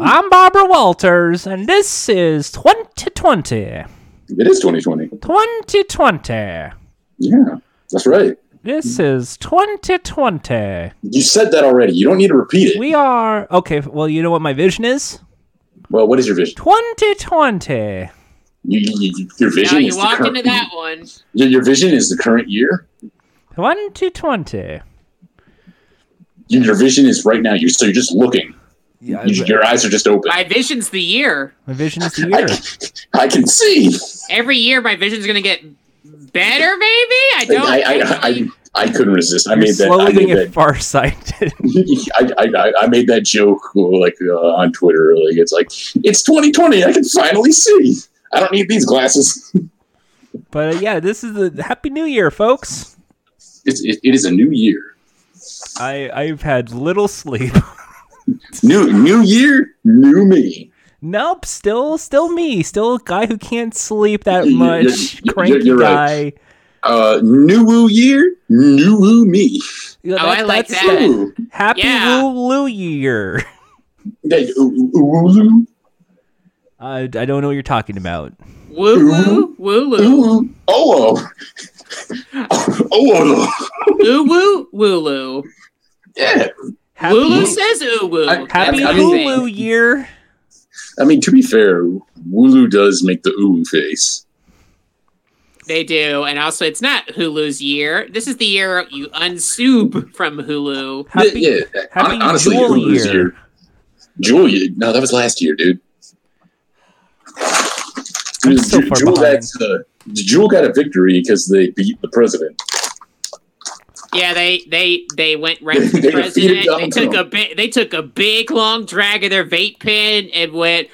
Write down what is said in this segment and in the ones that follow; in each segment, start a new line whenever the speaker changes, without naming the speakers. I'm Barbara Walters, and this is 2020.
It is 2020.
2020.
Yeah, that's right.
This is 2020.
You said that already. You don't need to repeat it.
We are. Okay, well, you know what my vision is?
well, what is your vision?
2020.
You, you- you- your vision
Now you
is the
walk
current.
into that one.
Your, your vision is the current year.
2020.
You, your vision is right now. You so you're just looking.
Yeah,
You- your eyes are just open.
My vision's the year.
my vision is the
I,
year.
I can see.
Every year, my vision's gonna get better. Maybe I
I,
don't.
I, I, I, I couldn't resist. I
You're
made that. I
slowly
made
getting
that.
farsighted.
I, I, I- I made that joke like uh, on Twitter. Like it's like it's 2020. I can finally see. I don't need these glasses.
but uh, yeah, this is the Happy New Year, folks.
It's, it, it is a new year.
I, I've had little sleep.
New new year, new me.
Nope, still, still me, still a guy who can't sleep that
You're-
much,
you're-
cranky
you're
guy.
right. Uh, new woo year, new woo me.
Yeah,
Oh, I like
that's
that.
the
Ooh.
Happy
Yeah.
Lulu year.
That- ooh, ooh, ooh,
I, I don't know what you're talking about.
Woo woo woo
ooh,
woo
ooh. Oh, oh, oh, oh,
woo woo woo woo.
yeah.
Happy,
Lulu says ooh woo.
I-
happy
I- I mean-
Lulu year.
I mean, to be fair, Wooloo does make the ooh face.
They do, and also it's not Hulu's year. This is the year you unsoob from Hulu.
Happy,
yeah, yeah.
happy
Hon- honestly,
Jewel
Hulu's
year.
Jewel year. No, that was last year, dude.
I'm
Ju-
so far
Jewel,
behind.
that's, uh, Jewel got a victory because they beat the president.
Yeah, they they they went right to
They
the
defeated
president. They
Donald
took a
Trump.
bit. They took a big long drag of their vape pen and went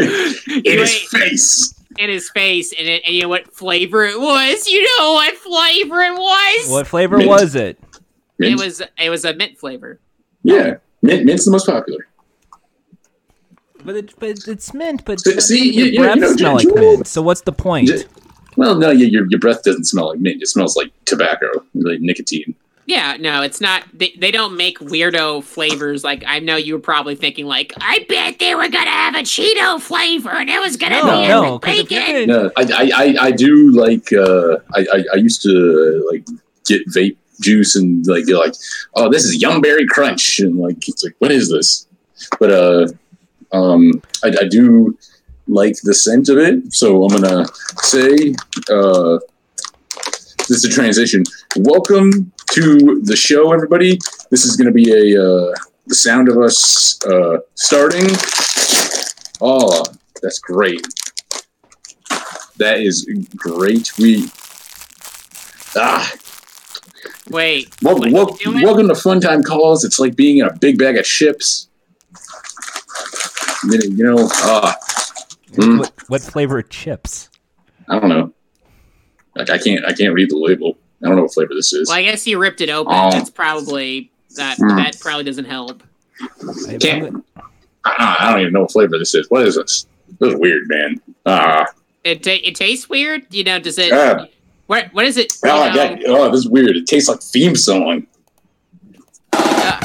In his
Wait.
face.
in his face. And, it, and you know what flavor it was? You know what flavor it was?
What flavor
Mint.
was it?
It
Mint-
was it was a mint flavor.
yeah, mint, mint's the most popular.
But, it, but it's mint. But
See- see,
your
you- you
breath
know,
smell like
Jewel-
mint. So what's the point?
Ju- Well, no, yeah, your, your breath doesn't smell like mint. It smells like tobacco, like nicotine.
Yeah, no, it's not. They, they don't make weirdo flavors. Like I know you were probably thinking, like I bet they were gonna have a Cheeto flavor and it was gonna
No,
be in
no,
the
'cause if you're
bacon.
gonna-
No, I, I, I, I do like. Uh, I, I, I used to uh, like get vape juice and like you're like, oh, this is yumberry crunch, and like it's like, what is this? But uh, um, I, I do like the scent of it, so I'm gonna say uh, this is a transition. Welcome to the show, everybody. This is gonna be a uh, the sound of us uh, starting. Oh, that's great. That is great. We ah,
Wait,
wel-
What are you
wel-
doing?
welcome to Fun Time Calls. It's like being in a big bag of chips. You know, you know, ah, Mm.
What, what flavor of chips?
I don't know. Like I can't, I can't read the label. I don't know what flavor this is.
well, I guess you ripped it open.
Oh.
That's probably that.
Mm.
That probably doesn't help.
I- I'm
Can't-
gonna-
I, don't- I don't even know what flavor this is. What is this? This is weird, man. Ah,
It ta- it tastes weird. You know, does it?
Yeah.
What what is it? you
oh,
know,
that, oh, this is weird. It tastes like theme song.
Uh,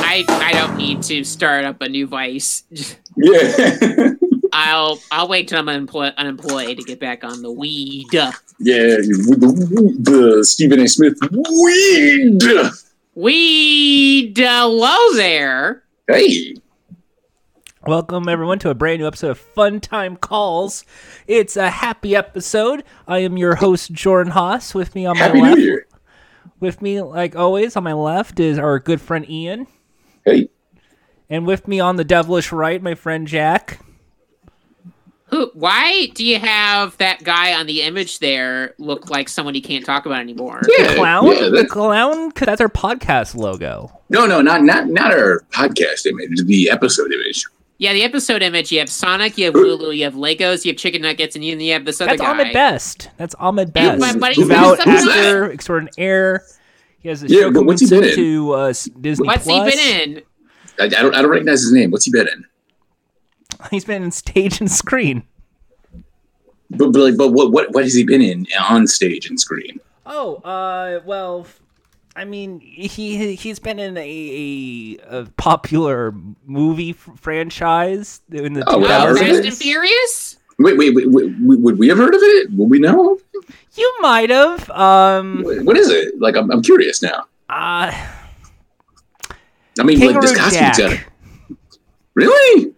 I I don't need to start up a new vice.
Yeah,
I'll I'll wait till I'm unemployed unemployed to get back on the weed.
yeah. With the, the Stephen A. Smith weed.
Weed. Hello there.
Hey,
Welcome, everyone, to a brand new episode of Fun Time Calls. It's a happy episode. I am your host, Jordan Haas. With me on my
Happy New
left,
Year.
with me, like always, on my left is our good friend Ian.
Hey,
And with me on the devilish right, my friend Jack.
Who? Why do you have that guy on the image there look like someone you can't talk about anymore?
yeah,
Clown?
yeah,
the
that's-
clown? 'Cause that's our podcast logo.
no, no, not not not our podcast image, the episode image.
Yeah, the episode image. You have Sonic, you have Lulu, you have Legos, you have chicken nuggets, and you you have this other
That's
guy.
Ahmed Best. That's Ahmed
Yeah,
Best.
my buddy
Devout
said something
actor extraordinaire. He has a
Yeah,
show
but what's he
coming
been in?
to uh, s- Disney
What's
Plus.
he been in? Oh,
I, I don't I don't recognize his name. What's he been in?
He's been in stage and screen.
But but, like, but what what what has he been in on stage and screen?
Oh, uh, well, f- I mean, he he's been in a a, a popular movie f- franchise in the
Oh,
Oh,
2000s.
I've heard of
Fast
it.
and Furious?
Wait, wait, wait, wait would we have heard of it? Would we know?
You might have. Um,
What is it? Like I'm, I'm curious now.
uh,
I mean, like
Kangaroo
this costume
Jack.
center. Really?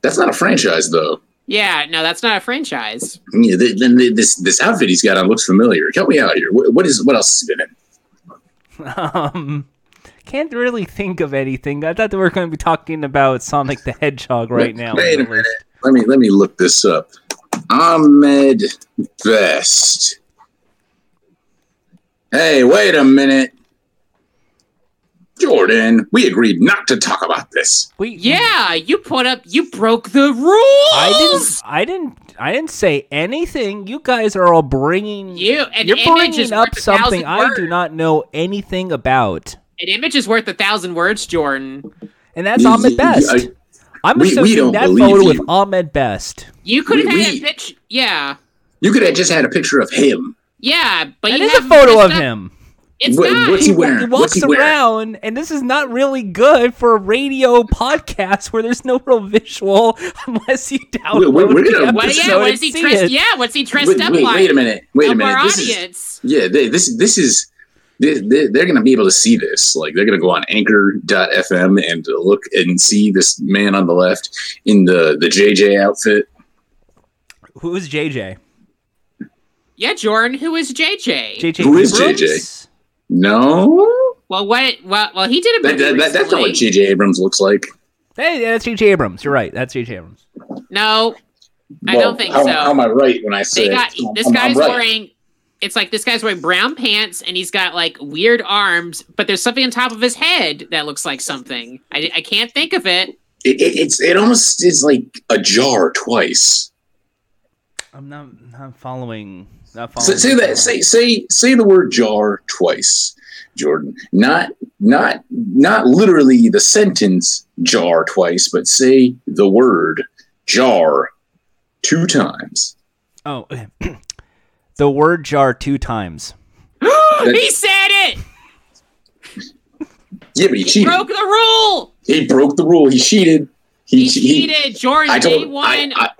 That's not a franchise though.
Yeah, no, that's not a franchise.
Yeah, th- then th- this this outfit he's got on looks familiar. Help me out here. What, what is what else has he been in?
Um, can't really think of anything. I thought that we were going to be talking about Sonic the Hedgehog right
Wait-
now.
wait a minute. Let me let me look this up. Ahmed Best. Hey, wait a minute. Jordan, we agreed not to talk about this.
We,
Yeah, you put up, you broke the rules.
I didn't. I didn't. I didn't say anything. You guys are all bringing.
You- an
you're
image
bringing
is worth
up
a thousand
something I do
words.
not know anything about,
An image is worth a thousand words, Jordan.
and that's
You-
Ahmed
you-
Best.
I-
I'm
we- we
associating
don't
that
believe
photo with
you.
Ahmed Best.
You could have
We-
had a
we-
pitch. Yeah,
you could have just had a picture of him.
yeah, but
That
you
is
have
a photo
it's
of
not-
him.
It's
Wait,
not.
what's he wearing?
He
What's
walks
he wearing?
around, and this is not really good for a radio podcast where there's no real visual unless you download
we're- we're
the
gonna-
What, yeah,
episode
what
and
is he
see
dressed?
it.
Yeah, what's he dressed
Wait,
up
wait,
like?
wait a minute. Wait a
Of
minute.
our
This is,
audience.
yeah, they, this this is they, they, they're going to be able to see this. Like they're going to go on anchor.fm and uh, look and see this man on the left in the the JJ outfit.
Who's JJ?
Yeah, Jordan. Who is JJ?
JJ.
Who is
Abrams?
JJ? No,
well, what? Well, well, he did a
that,
movie
that, that, that's not what
recently.
JJ Abrams looks like.
Hey, yeah, that's JJ Abrams. You're right. That's JJ Abrams.
No, I don't think
how,
so.
How am I right when I
they
say
got
I'm-
this
I'm-
guy's
I'm right.
wearing. It's like this guy's wearing brown pants and he's got like weird arms, but there's something on top of his head that looks like something. I, I can't think of it.
It, it, it's it almost is like a jar twice.
I'm not not following. Not
Say,
following.
say that. Say say say the word jar twice, Jordan. Not not not literally the sentence jar twice, but say the word jar two times.
Oh, okay. the word jar two times.
he said it.
Yeah, but he cheated.
Broke the rule.
he broke the rule. He cheated. He,
He
he-
cheated. Jordan.
I
day
told
one.
I, I,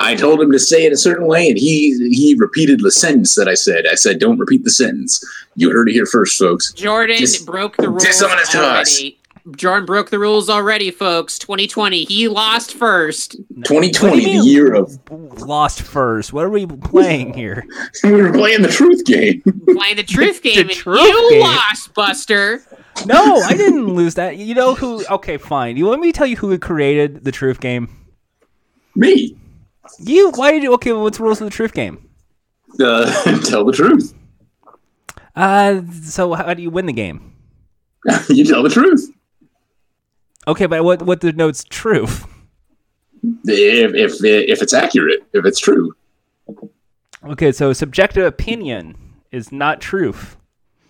I told him to say it a certain way, and he he repeated the sentence that I said. I said, "Don't repeat the sentence." You heard it here first, folks.
Jordan
Dis-
broke the rules
dishonest us.
already. Jordan broke the rules already, folks. 2020, he lost first.
Twenty
What
twenty,
do
the
you mean?
year of
Lost first. What are we playing here?
we were playing the truth game.
Playing the truth game, and
truth
you
game.
lost, Buster.
No, I didn't lose that. You know who? Okay, fine. You want me to tell you who created the Truth Game?
Me,
You? Why did you? Okay, well, what's the rules of the Truth Game?
uh, tell the truth.
Uh, so how do you win the game?
you tell the truth.
Okay, but what what denotes truth?
If if if it's accurate, if it's true,
Okay, so subjective opinion is not truth.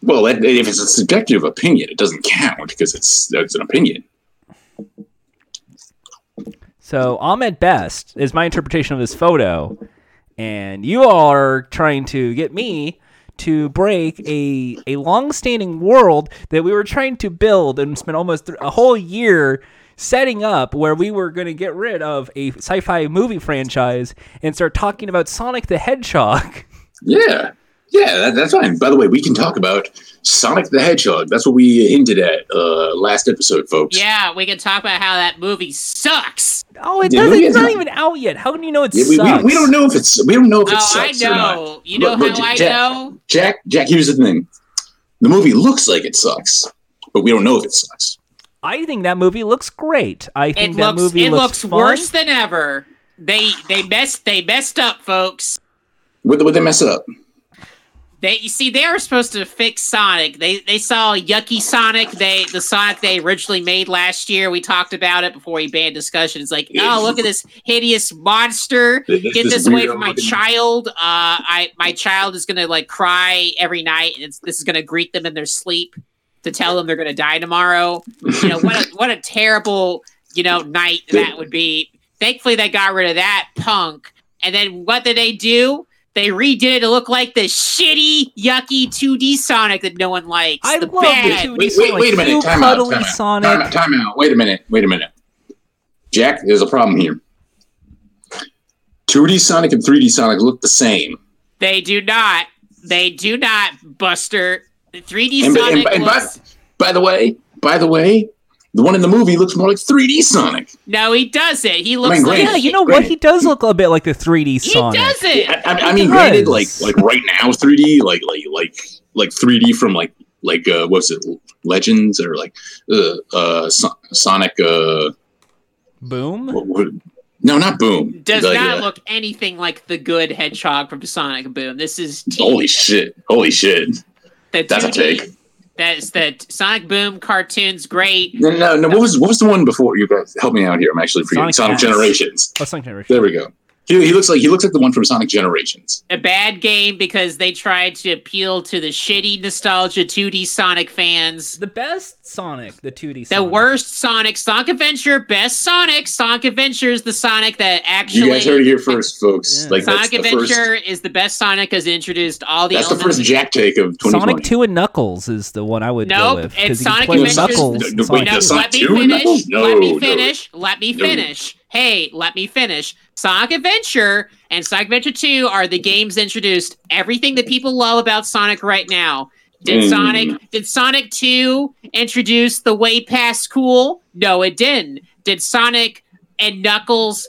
well, that, if it's a subjective opinion, it doesn't count because it's it's an opinion.
So Ahmed Best is my interpretation of this photo, and you all are trying to get me to break a a long-standing world that we were trying to build and spent almost th- a whole year setting up where we were going to get rid of a sci-fi movie franchise and start talking about Sonic the Hedgehog.
Yeah, Yeah, that, that's fine. By the way, we can talk about Sonic the Hedgehog. That's what we hinted at uh, last episode, folks.
Yeah, we can talk about how that movie sucks.
Oh, it
Yeah,
doesn't.
movie
It's
is
not
not-
even out yet. How can you know it
Yeah, we,
sucks?
we, we don't know if it's we don't know if it
oh, I
sucks or not.
know. You know
Look, look,
how I
Jack-
know?
Jack, Jack, here's the thing: the movie looks like it sucks, but we don't know if it sucks.
I think that movie looks great. I
It
think that
looks
movie
it looks,
fun.
worse than ever. They they messed they messed up, folks.
Would, would they mess it up?
They you see they were supposed to fix Sonic. They they saw yucky Sonic. They the Sonic they originally made last year. We talked about it before we banned discussion. It's like, oh look at this hideous monster. Get this away from my child. Uh, I my child is gonna like cry every night, and it's, this is gonna greet them in their sleep to tell them they're gonna die tomorrow. you know what a what a terrible you know night that would be thankfully they got rid of that punk and then what did they do they redid it to look like the shitty yucky 2d sonic that no one likes
I
the
love
bad.
the 2D
Wait,
Sonic.
wait, wait a minute.
Cute,
Time out,
cuddly
time out.
Sonic.
Time, out, time out. Wait a minute. Wait a minute. Jack, there's a problem here. 2D Sonic and 3D Sonic look the same.
they do not they do not buster the 3d
And-
sonic
and- and-
looks-
By the way, by the way, the one in the movie looks more like 3D Sonic.
no he doesn't he looks
mean,
like
granted-
Yeah, you know
Great.
what? He does look a bit like the 3D
he
Sonic.
doesn't
I, I, I
It
mean,
does.
granted, like like right now, 3D, like like like like 3D from like like uh, what was it, Legends or like uh, uh, Son- Sonic? Uh,
Boom.
what, what, no, not Boom.
does
Like,
not
uh,
look anything like the good hedgehog from sonic boom this is
Holy shit! Holy shit!
the
That's a
2D
take.
That's the Sonic Boom cartoon's great.
No, no, no. What was what was the one before? You guys help me out here. I'm actually forgetting.
Sonic X.
Sonic Generations.
Oh, Sonic Generation.
There we go. He, he looks like he looks like the one from Sonic Generations.
A bad game because they tried to appeal to the shitty nostalgia 2D Sonic fans.
The best Sonic, the 2D
The
Sonic.
worst Sonic, Sonic Adventure, best Sonic. Sonic Adventure is the Sonic that actually.
you guys heard it here first, folks.
Yeah.
Like that's
Sonic
the first.
Adventure is the best Sonic has introduced all the
that's the
elements.
first Jack take of 2020.
Sonic 2 and Knuckles is the one I would go
Nope,
with.
it's
'cause you
Sonic
play with
Adventures.
Knuckles.
No,
and
no, wait,
Sonic.
the Sonic-
let me
two in
finish.
Knuckles? No,
let me
no.
finish. Let me
No.
finish. Hey, let me finish. Sonic Adventure and Sonic Adventure 2 are the games introduced everything that people love about Sonic right now. Did
Mm.
Sonic did Sonic 2 introduce the way past cool? No, it didn't. Did Sonic and Knuckles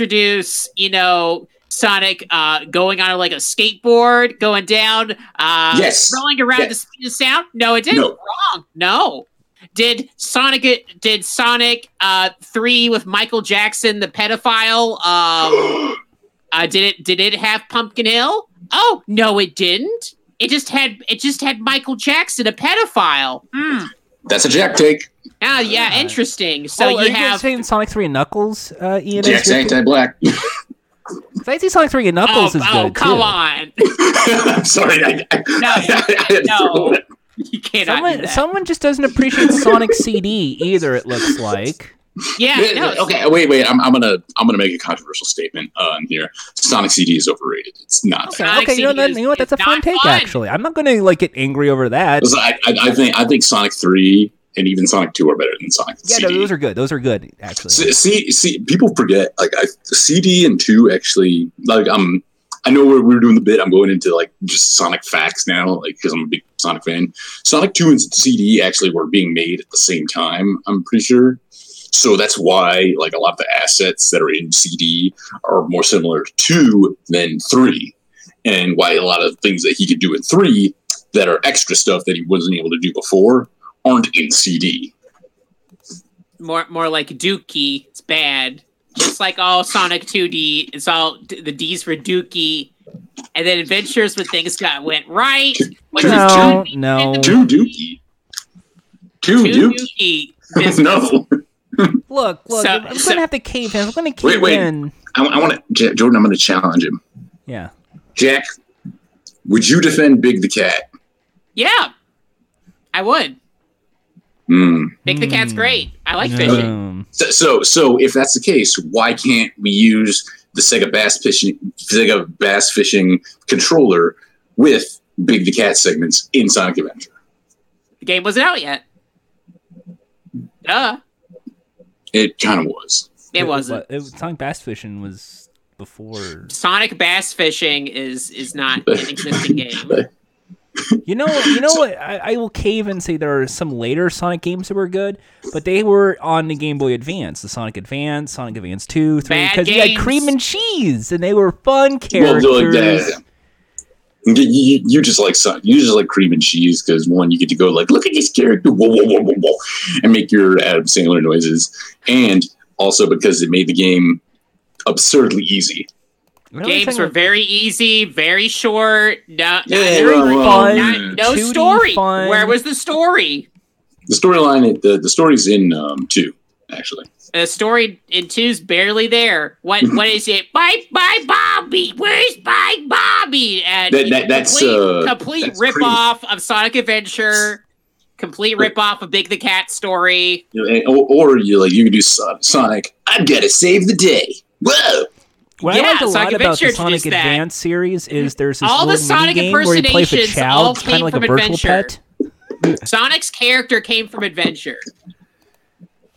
introduce, you know, Sonic uh, going on like a skateboard, going down, uh,
Yes.
rolling around
Yes.
the speed of sound? No, it didn't.
No.
Wrong. No. Did Sonic did Sonic uh, three with Michael Jackson, the pedophile? Um, uh, did it did it have Pumpkin Hill? Oh no, it didn't. It just had it just had Michael Jackson, a pedophile. Hmm.
That's a Jack take.
Ah, yeah,
Alright.
interesting. So
oh, are you
you
guys
have
saying Sonic 3 and Knuckles, uh, Ian?
Jack
is your-
anti-black.
'Cause I see Sonic 3 and Knuckles
oh,
is
oh
good,
come
too.
on,
I'm sorry. I, I, I had to
no.
throw it.
you cannot. do
Someone,
that.
someone just doesn't appreciate Sonic CD either, it looks like.
yeah, no,
okay, wait, wait. I'm, I'm gonna I'm gonna make a controversial statement um, here. Sonic CD is overrated. It's not.
Okay,
Sonic
okay you, know,
CD
that, you know what?
is-
That's a
is
fun
not
take,
fun.
actually. I'm not going to like get angry over that.
Because I, I, I think I think Sonic Three and even Sonic Two are better than Sonic
Yeah, no,
CD.
those are good. Those are good, actually.
see, see, see, people forget like I, CD and two actually like um I know we're, we're doing the bit. I'm going into like just Sonic facts now, like because I'm a big Sonic fan. Sonic two and CD actually were being made at the same time. I'm pretty sure. So that's why like a lot of the assets that are in CD are more similar to than three, and why a lot of things that he could do in three that are extra stuff that he wasn't able to do before aren't in CD.
more more like Dookie. It's bad. Just like all Sonic 2D, it's all d- the D's for Dookie. And then Adventures when things got went right. When
No,
the Johnny
no.
and the
Two Dookie. Two
Two
Dookie.
Dookie. This-
no,
Look, look,
So-
I'm going to
so-
have to cave in. I'm going to
Wait,
cave
wait.
in.
I, want to, Jack, Jordan. I'm going to challenge him.
Yeah.
Jack, would you defend Big the Cat?
Yeah, I would.
Hmm.
Big the Cat's
Hmm.
great. I like fishing.
Um,
So, so, so if that's the case, why can't we use the Sega Bass Fishing Sega Bass Fishing controller with Big the Cat segments in Sonic Adventure?
The game wasn't out yet. Duh.
It kind of was.
It wasn't.
wa- It, Sonic Bass Fishing was before.
Sonic bass fishing is is not an existing game.
You know, you know what? I, I will cave and say there are some later Sonic games that were good, but they were on the Game Boy Advance, the Sonic Advance, Sonic Advance Two, Three,
Bad
because you had
games.
cream and cheese, and they were fun
Well,
characters.
like that. You, you, you just like some, you just like cream and cheese because one, you get to go like, look at this character, whoa, whoa, whoa, whoa, whoa, and make your Adam Sandler noises, and also because it made the game absurdly easy.
What are we
Games
talking
were
about?
very easy, very short. No, no,
Yeah,
no-
well,
fun.
not- no
2D
story.
fun.
Where was the story?
The storyline, the the story's in um, two actually.
The story in two's barely there. What what is it? Bye bye Bobby. Where's Bye Bobby? And
That- that- that's,
complete,
uh,
complete
that's
rip off of Sonic Adventure. Complete rip off of Big the Cat story.
You know, and- Or, or you like you could do Son- Sonic. I've got to save the day. Whoa!
What
Yeah,
I liked a
Sonic
lot about the
Adventure
Sonic
did that.
Advance series is there's this
All the
little
Sonic
mini game where you play for
impersonations all
Chow, kind
came
of like a
from
virtual
Adventure.
pet.
Sonic's character came from Adventure.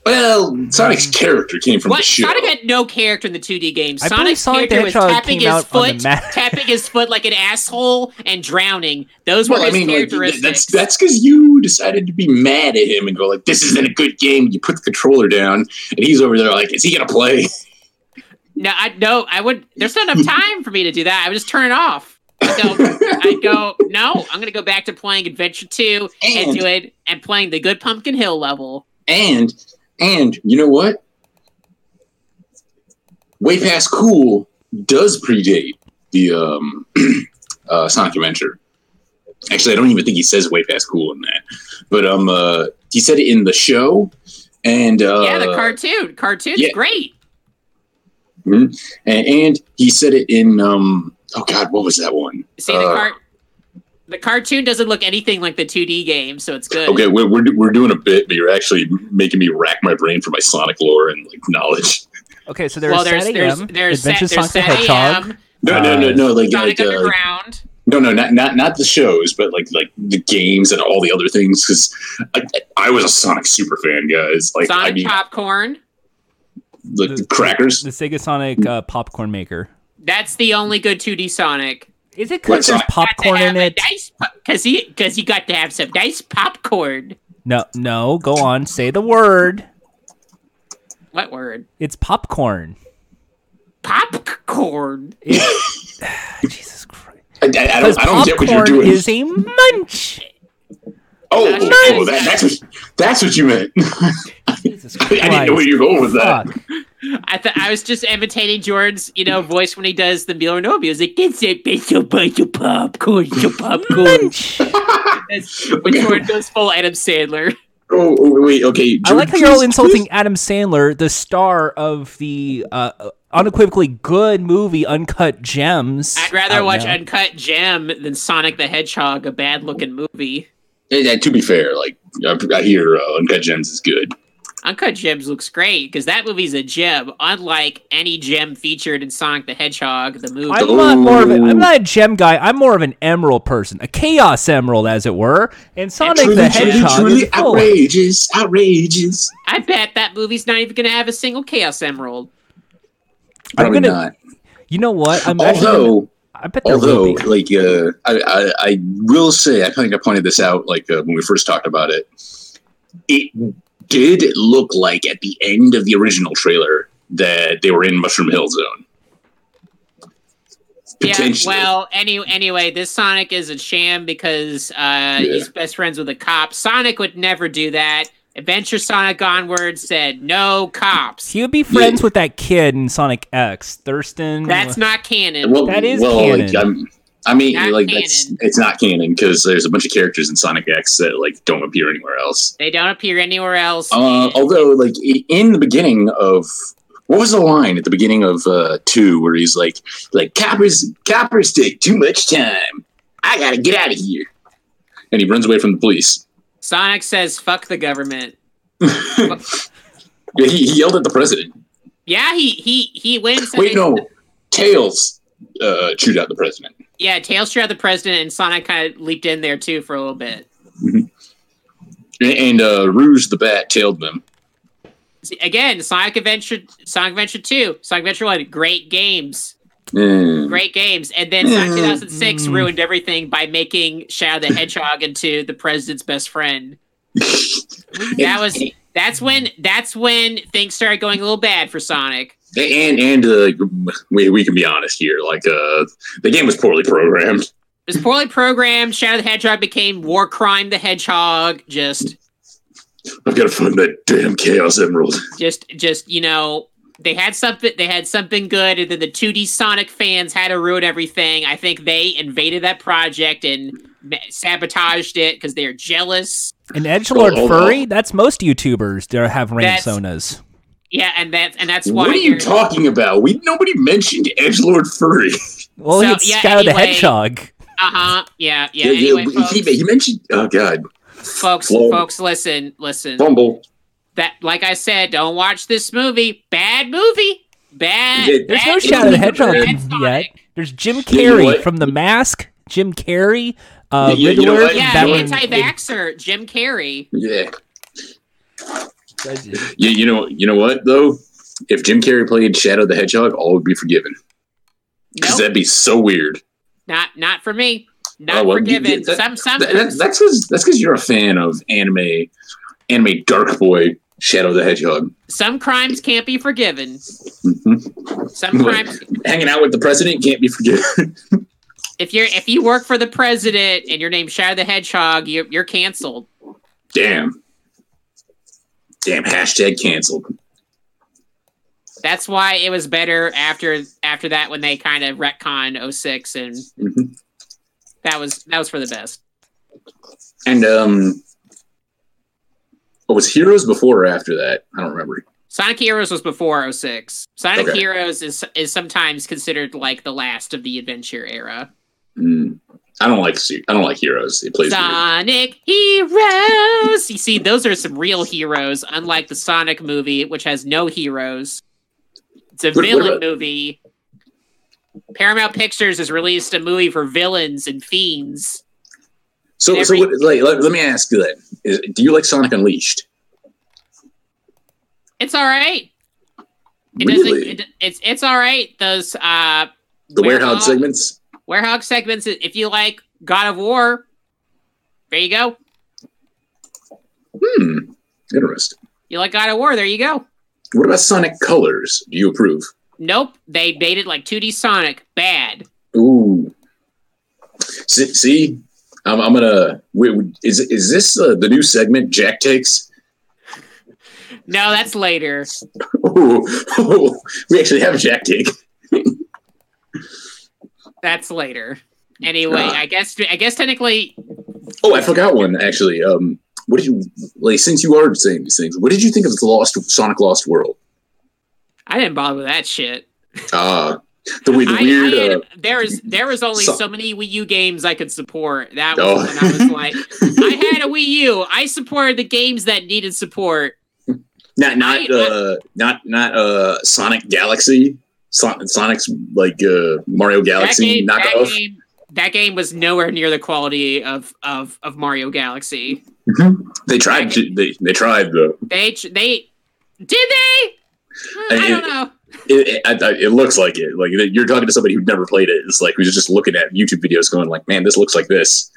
Well, Sonic's character came from the
Mm. What?
show.
Sonic had no character in the 2D game.
I believe
Sonic's
Sonic the
character was
Hedgehog came
tapping his
out on the
foot,
map.
tapping his foot like an asshole, and drowning. Those were
well, I
his
mean, like,
characteristics.
that's that's because you decided to be mad at him and go like, "This isn't a good game." You put the controller down, and he's over there like, "Is he gonna play?"
No, I no, I would. There's not enough time for me to do that. I would just turn it off. So I go no. I'm gonna go back to playing Adventure Two and,
And-
doing and playing the Good Pumpkin Hill level.
And and you know what? Way past cool does predate the um, uh, Sonic Adventure. Actually, I don't even think he says way past cool in that, but um, uh, he said it in the show, and uh,
yeah, the cartoon. Cartoon's
yeah.
great.
and, and he said it in um, oh god, what was that one?
See the
Uh,
cart. The cartoon doesn't look anything like the 2D game, so it's good.
Okay, we're, we're, we're doing a bit, but you're actually making me rack my brain for my Sonic lore and like knowledge.
Okay, so there's
Well, there's
7
there's
a.m.
there's
Adventure Sonic
there's
the
7
Hedgehog.
a.m.
No, no, no, no, like,
Sonic
like uh,
Underground.
no, no, not not not the shows, but like like the games and all the other things. Because I, I was a Sonic super fan, guys. Like I
Sonic
mean,
popcorn.
like the crackers.
the Sega Sonic uh, popcorn maker.
That's the only good 2D Sonic.
Is it
What
because there's
Sonic?
popcorn in it?
because he because he got to have some nice popcorn.
No, no. Go on, say the word.
What word?
It's popcorn.
Popcorn.
Jesus Christ!
I, I, I
Because
don't, I don't get what you're
popcorn
doing.
is a munch.
oh,
Nice.
oh, that, that's what that's what you meant.
Jesus
I
Christ!
didn't know where you were going with that.
Fuck.
I thought I was just imitating Jordan's you know voice when he does the Miller No music. It's a bit of bunch of popcorn, your popcorn.
Munch.
That's when Jordan goes full Adam Sandler.
Oh, oh, wait, okay.
I like how you're all
Please-
insulting Adam Sandler, the star of the uh, unequivocally good movie Uncut Gems.
I'd rather
out
watch
now.
Uncut Gem than Sonic the Hedgehog, a bad looking movie.
please- eh, eh, to be fair, like I, I hear uh, Uncut Gems is good.
Uncut Gems looks great because that movie's a gem, unlike any gem featured in Sonic the Hedgehog, the movie.
I'm not more of a, I'm not a gem guy. I'm more of an emerald person, a chaos emerald, as it were. And Sonic
truly,
the
truly,
Hedgehog
truly
is full. of-
outrageous, outrageous.
I bet that movie's not even going to have a single Chaos Emerald.
Probably
gonna-
not.
You know what? I'm actually gonna-
Although.
I bet there
Although,
will be.
like, uh, I, I, I will say, I think I pointed this out, like, uh, when we first talked about it, it did look like at the end of the original trailer that they were in Mushroom Hill Zone.
Yeah,
Potentially.
well, any, anyway, this Sonic is a sham because uh, he's best friends with a cop. Sonic would never do that. Adventure Sonic Onward said no cops.
He would be friends with that kid in Sonic X, Thurston.
That's not canon.
Well,
That is
well,
canon.
Like, I'm, I mean,
Not
like, that's,
canon.
it's not canon because there's a bunch of characters in Sonic X that, like, don't appear anywhere else.
They don't appear anywhere else.
Uh,
and-
although, like i- in the beginning of what was the line at the beginning of uh, two, where he's like, like coppers, coppers take too much time. I gotta get out of here, and he runs away from the police.
Sonic says fuck the government.
yeah, he, he yelled at the president.
Yeah, he he he wins.
Wait, no, Tails uh, chewed out the president.
Yeah, Tails shot the president, and Sonic kind of leaped in there too for a little bit.
A- And uh, Rouge the Bat tailed them.
again, Sonic Adventure, Sonic Adventure Two, Sonic Adventure One, great games,
Mm.
great games. And then Sonic 2006 ruined everything by making Shadow the Hedgehog into the president's best friend. That was that's when that's when things started going a little bad for Sonic.
And and uh, we we can be honest here. Like uh, the game was poorly programmed.
It was poorly programmed. Shadow the Hedgehog became War Crime the Hedgehog. Just,
I've got to find that damn Chaos Emerald.
just, just you know, they had something. They had something good, and then the 2D Sonic fans had to ruin everything. I think they invaded that project and ma- sabotaged it because they're jealous.
An edgelord
Oh, oh,
furry?
oh.
That's most YouTubers that have
That's-
ransonas.
Yeah, and that's and that's why.
What are you
you're-
talking about? We nobody mentioned Edgelord Furry.
Well,
So,
it's
yeah,
Shadow the
anyway,
Hedgehog.
Uh huh. Yeah. Yeah. Anyway, folks,
he, he mentioned. Oh God,
folks,
Flo-
folks, listen, listen.
Bumble.
That, like I said, don't watch this movie. Bad movie. Bad.
There's
There's
bad
no
movie.
Shadow the
Bad
Hedgehog
Bad
yet.
Sonic.
There's Jim
you know
Carrey
what?
from The Mask. Jim Carrey, uh,
Yeah, you know
Riddler.
what?
Yeah,
Batman-
anti-vaxxer Jim Carrey.
Yeah. You, you know you know what though? If Jim Carrey played Shadow the Hedgehog, all would be forgiven because
Nope,
that'd be so weird.
not not for me. Not
Oh, well, you
forgiven.
did that-
some some
That, that, that's because that's because you're a fan of anime, anime Dark Boy Shadow the Hedgehog.
some crimes can't be forgiven.
Mhm.
Some crimes.
Hanging out with the president can't be forgiven.
if you're if you work for the president and your name's Shadow the Hedgehog, you, you're canceled.
Damn. Damn. Hashtag canceled.
That's why it was better after after that when they kind of retcon 06 and
Mhm.
that was that was for the best.
And um, oh, was Heroes before or after that? I don't remember.
Sonic Heroes was before 06. Sonic
Okay.
Heroes is is sometimes considered like the last of the adventure era.
Mm. I don't like Se- I don't like Heroes. It plays weird.
Sonic heroes. You see, those are some real heroes, unlike the Sonic movie, which has no heroes. It's a
What- what
villain
about-
movie. Paramount Pictures has released a movie for villains and fiends.
So so
every-
what, like, let, let me ask you that: Is, do you like Sonic Unleashed?
It's all right. It
really,
doesn't. It, it's it's all right. Those uh,
the warehouse
Werehog-
segments.
Werehog segments. If you like God of War, there you go.
Hmm. Interesting.
You like God of War, there you go.
What about Sonic Colors? Do you approve?
Nope, they made it like 2D Sonic. Bad.
Ooh. See, see? I'm, I'm gonna. Wait, is is this uh, the new segment Jack takes?
No, that's later.
Ooh. we actually have a Jack take.
That's later. Anyway,
Ah.
I guess I guess technically
Oh, I forgot one actually. Um, what did you like? Since you are saying these things, what did you think of the Lost Sonic Lost World?
I didn't bother with that shit.
Ah, the, we- the
I,
weird.
I had-
uh,
there was there was only
so-
so, many Wii U games I could support. That was
Oh.
when I was like, I had a Wii U. I supported the games that needed support.
not not
I- I-
uh, not not uh, Sonic Galaxy. Son- Sonic's like uh, Mario
that
Galaxy
game, that
knockoff.
game, that game was nowhere near the quality of of of Mario Galaxy.
Mhm. They tried. To, they they tried though.
They ch- they did they? Hmm, I
I-
don't know.
It, it, I, I- it looks like it. Like you're talking to somebody who never played it. It's like who's just looking at YouTube videos, going like, "Man, this looks like this."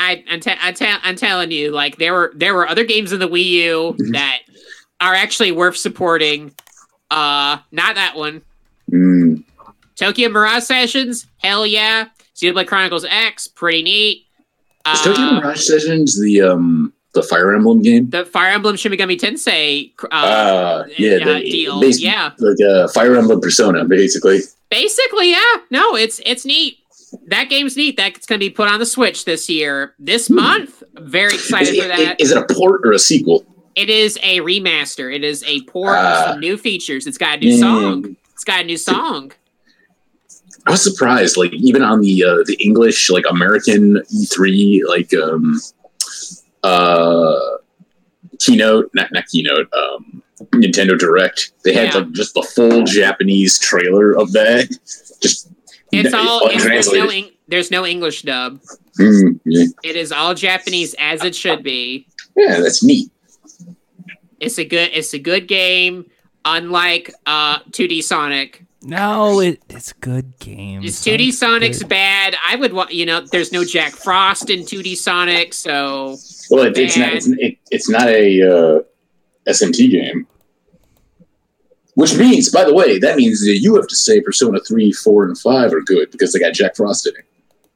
I, I'm, te- I te- I'm telling you, like there were there were other games in the Wii U
Mm-hmm.
that are actually worth supporting. Uh, not that one.
Mm.
Tokyo Mirage Sessions, hell yeah. Xenoblade Chronicles X, pretty neat.
Is Tokyo
Uh,
Mirage Sessions the um the Fire Emblem game?
the Fire Emblem Shimigami Tensei uh,
Ah, yeah,
uh,
they-
deal,
they-
yeah.
like a Fire Emblem Persona, basically.
Basically, yeah. No, it's it's neat. That game's neat. That's gonna be put on the Switch this year, this month. Very
Hmm. Is,
excited for
it-
that.
is it a port or a sequel?
It is a remaster. It is a port of
Ah.
some new features. It's got a new
Mm.
song. It's got a new song.
I was surprised, like even on the uh, the English, like American E3, like um uh keynote, not not keynote, um Nintendo Direct. They had
Yeah.
like just the full Japanese trailer of that. Just
It's
n-
all it's, there's no
untranslated.
Eng- there's no English dub.
Mm, yeah.
It is all Japanese as it should be.
yeah, that's neat.
It's a good it's a good game. Unlike uh 2D Sonic,
No, it, it's a good game.
it's 2D Sonic's
good.
bad. I would want you know, there's no Jack Frost in 2D Sonic, so
Well, it, it's not. It's, it, it's not a uh, SMT game. Which means, by the way, that means that you have to say Persona three, four, and five are good because they got Jack Frost in it.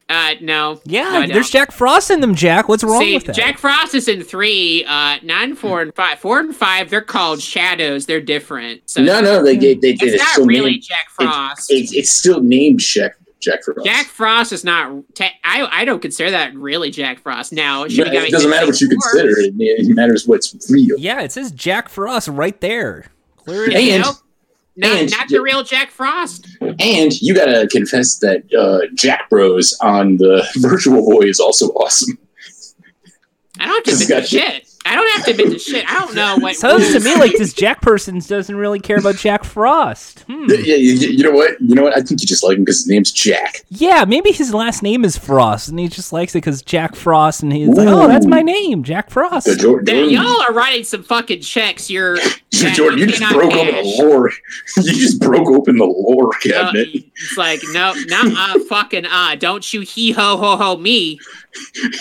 uh no. No, I
Yeah,
don't.
there's Jack Frost in them, Jack. What's wrong
See,
with that?
Jack Frost is in three, uh nine, four, and five. Four and five, they're called shadows, they're different. So
no, no, they they, they
Hmm. it's
did it.
not
still
really
named-
Jack Frost.
it's, it's still named Jack Jack Frost.
Jack Frost is not. Te- I I don't consider that really Jack Frost. Now
But
Shinigami
it doesn't matter what you
Tensei four-
consider. It, it matters what's real.
yeah, it says Jack Frost right there. Clear
Yeah,
as-
you
And-
know, not,
and-
not the real Jack Frost.
And you gotta confess that uh, Jack Bros on the Virtual Boy is also awesome.
I don't have to admit to shit. I don't have to admit to shit. I don't know what.
Sounds to me like this Jack person doesn't really care about Jack Frost. Hmm.
Yeah, yeah, you, you know what? You know what? I think you just like him because his name's Jack.
Yeah, maybe his last name is Frost, and he just likes it because Jack Frost, and he's like, "Oh,
Ooh.
that's my name, Jack Frost."
The Jordan,
that
Jordan,
y'all are writing some fucking checks. You're
Jordan,
that
you just
cannot
broke open
cash.
the lore. You just broke open the lore
Uh,
cabinet.
it's like no, not uh, fucking uh. Don't you he ho ho ho me.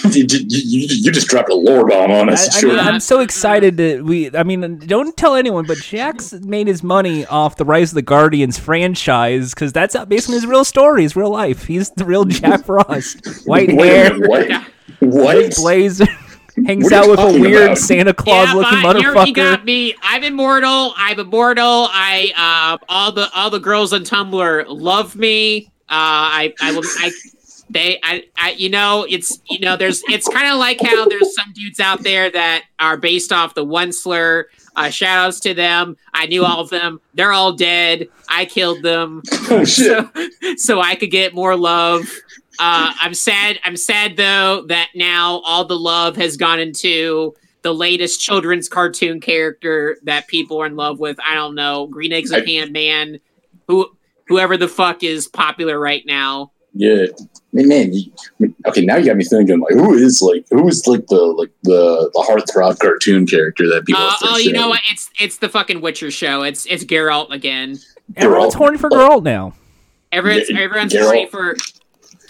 you, you, you, you just dropped a lore bomb on
I,
us.
I
sure.
mean, I'm so excited that we. I mean, don't tell anyone, but Jack's made his money off the Rise of the Guardians franchise because that's basically his real story, his real life. He's the real Jack Frost, white
Wait a
hair,
minute, what? What?
blazer, hangs
What are
out
you
with a
talking
weird
about?
Santa Claus looking
but here
motherfucker.
You got me. I'm immortal. I'm immortal. I uh, all the all the girls on Tumblr love me. Uh, I I will. I, they I, I you know it's you know there's it's kind of like how there's some dudes out there that are based off the one slur. Uh, shout outs to them. I knew all of them. They're all dead. I killed them
Oh shit!
so, so I could get more love. Uh, I'm sad. I'm sad though that now all the love has gone into the latest children's cartoon character that people are in love with. I don't know, Green Eggs and
I-
Ham Man, who whoever the fuck is popular right now.
Yeah, man. man you, I mean, okay, now you got me thinking. Like, who is like who is like the like the the heartthrob cartoon character that people?
Uh,
have
oh,
searched
you know
out?
what? It's it's the fucking Witcher show. It's it's Geralt again.
Everyone's
Geralt.
horny for Geralt now.
Everyone's
Yeah,
everyone's
Geralt.
ready for.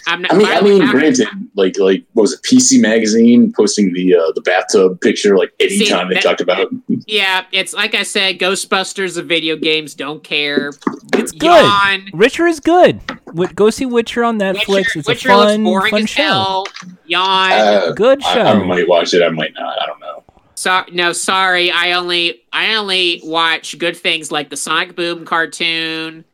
I'm not,
I mean, I
I'm
mean,
not-
granted, like, like what was it? PC Magazine posting the uh, the bathtub picture like
See,
anytime they
that-
talked about.
Yeah, it's like I said, Ghostbusters of video games. Don't care.
It's good.
Yawn.
Witcher is good. Wit- Go see Witcher on Netflix.
Witcher,
it's
Witcher
a
looks
fun,
boring
fun
as
show.
hell. Yawn.
Uh,
Good show.
I, I might watch it. I might not. I don't know.
so, no, sorry. I only I only watch good things like the Sonic Boom cartoon.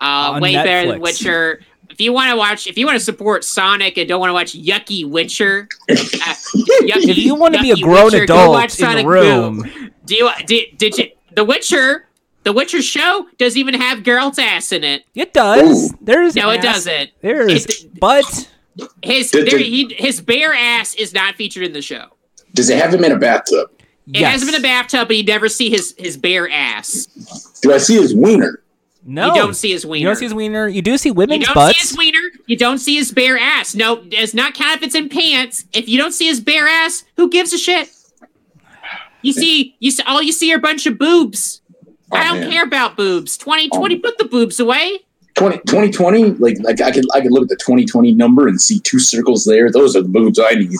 Uh,
On
way better than
Netflix.
Witcher. If you want to watch, if you want to support Sonic and don't want to watch yucky Witcher, uh, yucky,
if you want to be a
yucky
grown
Witcher, go watch
adult in
Sonic
the
Boom.
room,
Do you did, did you the Witcher? The Witcher show does even have Geralt's ass in it.
it does. There's
No, it
ass.
doesn't.
There's
It-
butt.
His
Did-
there,
did-
he, his bare ass is not featured in the show.
Does it have him in a bathtub?
It
yes.
hasn't been a bathtub, but you never see his his bare ass.
Do I see his wiener?
No,
You don't see his wiener.
You don't see his wiener. You do see
You
women's
don't see
butts.
his wiener. You don't see his bare ass. No, it's not count if it's in pants. If you don't see his bare ass, who gives a shit? You see, you see, all you see are a bunch of boobs.
Oh,
I don't
man.
care about boobs. Twenty
Oh.
twenty, put the boobs away.
20, 2020? Like, like I could I could look at the twenty twenty number and see two circles there. Those are the boobs I need.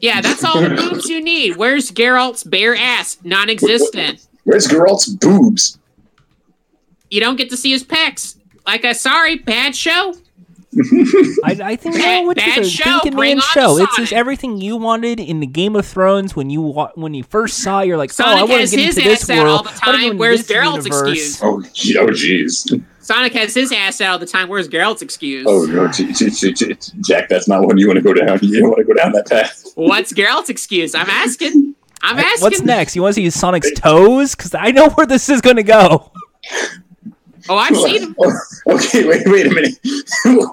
Yeah, that's all the boobs you need. Where's Geralt's bare ass? Non-existent.
Where's Geralt's boobs?
You don't get to see his pecs. Like I sorry, bad show.
I, I think
Bad-
no, which
bad
is a
show.
thinking
Bring
man's
on
show. It's
Sonic.
just everything you wanted in the Game of Thrones when you wa- when you first saw. it, You're like,
Sonic
oh, I want
has
to get
his
into this
ass out all
world. I
the
wanna go
time.
into
Where's
this
Geralt's
universe.
excuse?
Oh, gee- oh, jeez.
Sonic has his ass out all the time. Where's Geralt's excuse?
Oh, no, gee- gee- gee- gee. Jack, that's not one you want to go down. You don't want to go down that path.
What's Geralt's excuse? I'm asking. I'm
I-
asking.
What's next? You want to see Sonic's toes? Because I know where this is going to go.
Oh, I've seen him.
Oh, okay, wait, wait a minute.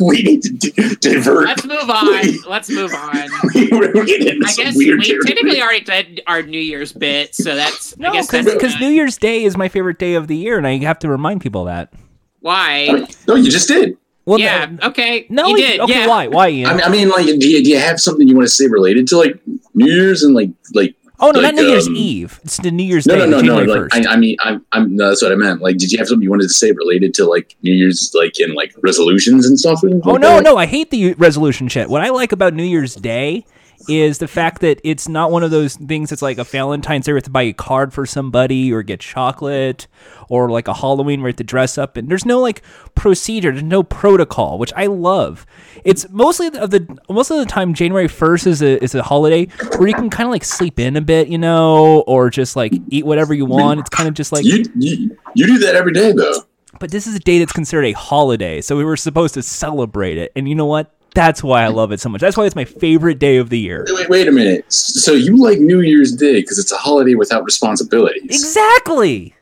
we need to di- divert.
Let's move on. Let's move on.
we we're getting into
I
some
guess we
weird territory.
typically already did our New Year's bit, so that's.
No,
I guess that's
because
good.
New Year's Day is my favorite day of the year, and I have to remind people of that.
why?
No, you just did.
Well,
yeah. Okay.
No,
you
he-
did.
Okay,
yeah.
why? Why? Ian?
I mean, I mean, like, do you, do you have something you want to say related to like New Year's and like like
Oh no, not
Like,
New Year's
um,
Eve. It's the New Year's
No,
Day,
no, no, no.
January
Like,
first.
I, I mean, I'm, I'm. No, that's what I meant. Like, did you have something you wanted to say related to like New Year's, like in like resolutions and stuff?
Oh no, no, I hate the resolution shit. What I like about New Year's Day is the fact that it's not one of those things that's like a Valentine's Day where you have to buy a card for somebody or get chocolate or like a Halloween where you have to dress up and there's no like procedure, there's no protocol, which I love. It's mostly of the most of the time January first is a is a holiday where you can kinda like sleep in a bit, you know, or just like eat whatever you want. It's kind of just like
You, you you do that every day though.
but this is a day that's considered a holiday, so we were supposed to celebrate it. And you know what? That's why I love it so much. That's why it's my favorite day of the year.
Wait, wait a minute. S- So you like New Year's Day because it's a holiday without responsibilities?
Exactly.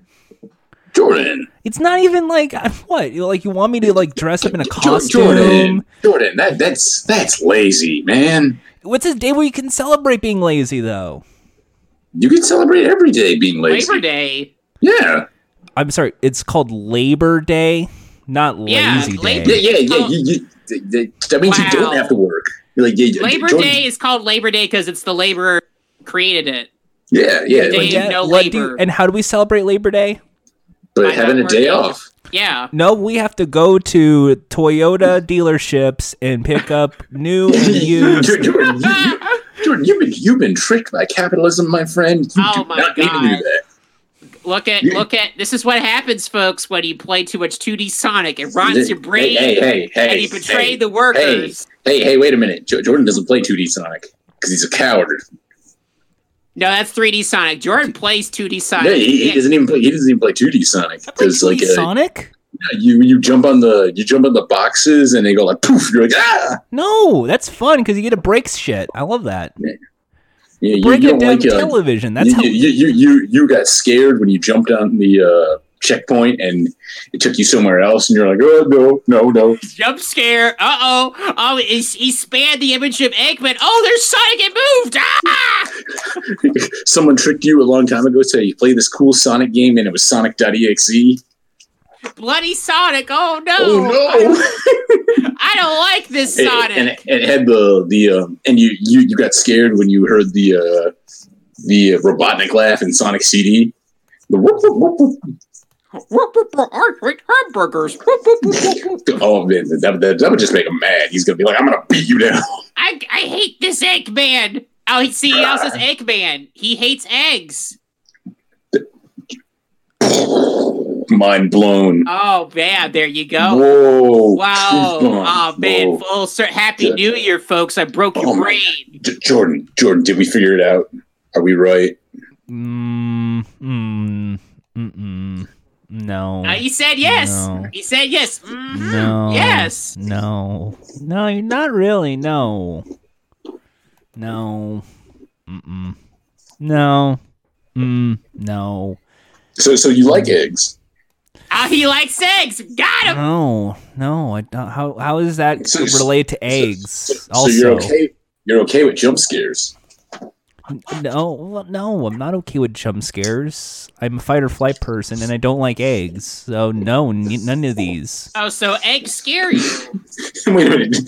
Jordan,
It's not even like I'm- what? You- Like you want me to like dress up in a
Jo-
costume?
Jordan, Jordan. That that's that's lazy, man.
What's a day where you can celebrate being lazy though?
You can celebrate every day being lazy.
Labor Day.
Yeah,
I'm sorry, it's called Labor Day, not
Yeah,
lazy
Labor-
yeah,
day.
yeah, yeah.
Oh.
You, you, th- th- that means you
Wow.
don't have to work. You're like, yeah, yeah,
Labor
Jordan-
Day is called Labor Day because it's the laborer created it.
Yeah, yeah.
Day.
Like,
Yeah. no
what do
labor.
and how do we celebrate Labor Day?
but
By
having
not
a day
working.
off.
Yeah.
No, we have to go to Toyota dealerships and pick up new and used
Jordan, Jordan, you, you,
Ah,
Jordan, you've been you've been tricked by capitalism, my friend. You
Oh
do
my
not need to
God.
do that.
Look at
You-
look at this is what happens, folks, when you play too much 2D Sonic. It rots your
Hey,
brain
hey, hey,
and
hey,
you betray
hey,
the workers.
hey, hey, wait a minute. Jo- Jordan doesn't play 2D Sonic because he's a coward.
No, that's 3D Sonic. Jordan plays 2D Sonic.
Yeah, he, he
Yeah.
doesn't even play. He doesn't even play 2D Sonic because like uh,
Sonic.
you you jump on the you jump on the boxes and they go like poof. You're like ah.
No, that's fun because you get to break shit. I love that.
Yeah, you,
Break
you
it
don't
down
like uh,
television. That's
you,
how.
you, you you you got scared when you jumped on the uh, checkpoint and it took you somewhere else, and you're like, oh no, no, no.
Jump scare. Uh oh. Oh, he, he spanned the image of Eggman. Oh, there's Sonic. It moved. Ah!
Someone tricked you a long time ago. So you play this cool Sonic game, and it was Sonic.exe.
Bloody Sonic. Oh no.
Oh
I don't like this
no!
Sonic.
And, and it had the the um, and you you you got scared when you heard the uh, the uh, Robotnik laugh in Sonic CD. The whoop, whoop, whoop, whoop.
Whoop, whoop, whoop, I hate hamburgers. Whoop, whoop, whoop, whoop, whoop.
Oh man, that, that, that would just make him mad. He's gonna be like, "I'm gonna beat you down."
I, I hate this Eggman. Oh, he see, he also says Eggman. He hates eggs.
Mind blown.
Oh man, there you go.
Whoa!
Wow.
Truth bomb.
Oh man,
Whoa.
full cir- Happy
Yeah.
New Year, folks. I broke your
Oh, my
brain.
J- Jordan, Jordan, did we figure it out? Are we right?
Mm, mm, mm, no.
Uh, he said yes.
No.
He said yes. Mhm.
no.
Yes.
No. No, you're not really. No. No. Mm-mm. No. Mm, no.
So, so you like eggs?
Oh, he likes eggs. Got
Uh-huh.
him.
No. No. I don't, how how is that
So- so-
related to
So,
eggs?
so
Also,
you're okay. You're okay with jump scares.
No, well, no, I'm not okay with jump scares. I'm a fight or flight person, and I don't like eggs. So no, n- none of these.
Oh, so eggs scare you.
Wait a minute.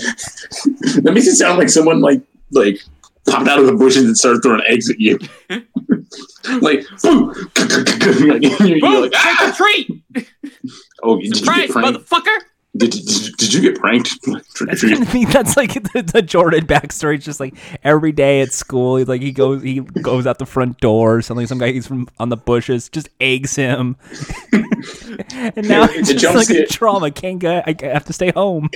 that makes it sound like someone like like popped out of the bushes and started throwing eggs at you. like boom. Like, you're- you're
Boom,
like,
trick or
"Ah!"
treat.
Oh, did you
Surprise,
get pranked?
motherfucker.
Did, did, did you get pranked?
That's gonna be that's like the, the Jordan backstory. It's just like every day at school, he's like he goes he goes out the front door. Suddenly, some guy he's from on the bushes just eggs him, and now
It's
it's
a
just
jump
like a
scare.
trauma. Can't go. I have to stay home.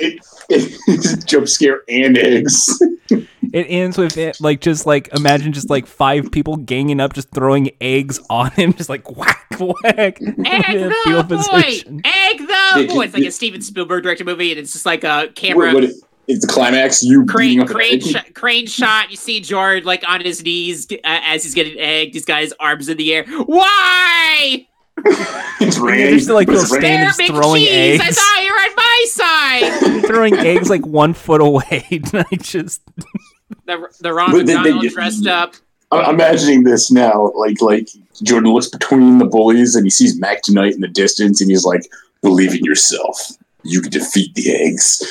jump scare and eggs.
It ends with it like just like imagine just like five people ganging up, just throwing eggs on him, just like whack whack.
Egg
Yeah,
the
fetal
boy.
position.
Egg the
Did
boy.
you-
It's like a
did-
Steven Spielberg directed movie, and it's just like a camera.
What- what- it's the climax. You beating
crane
up an
crane
egg?
sh- crane shot. You see Jordan like on his knees uh, as he's getting egged. He's got his arms in the air. Why?
It's
Yeah,
raining.
there's still, like,
It's
those
raining.
And he's
There,
throwing
McCheese. I
eggs.
thought you were on my side.
throwing eggs like one foot away. And I just
the the Ron
But they- they-
McDonald dressed up.
I'm I'm imagining this now, like like Jordan looks between the bullies and he sees Mac tonight in the distance, and he's like, "Believe in yourself. You can defeat the eggs."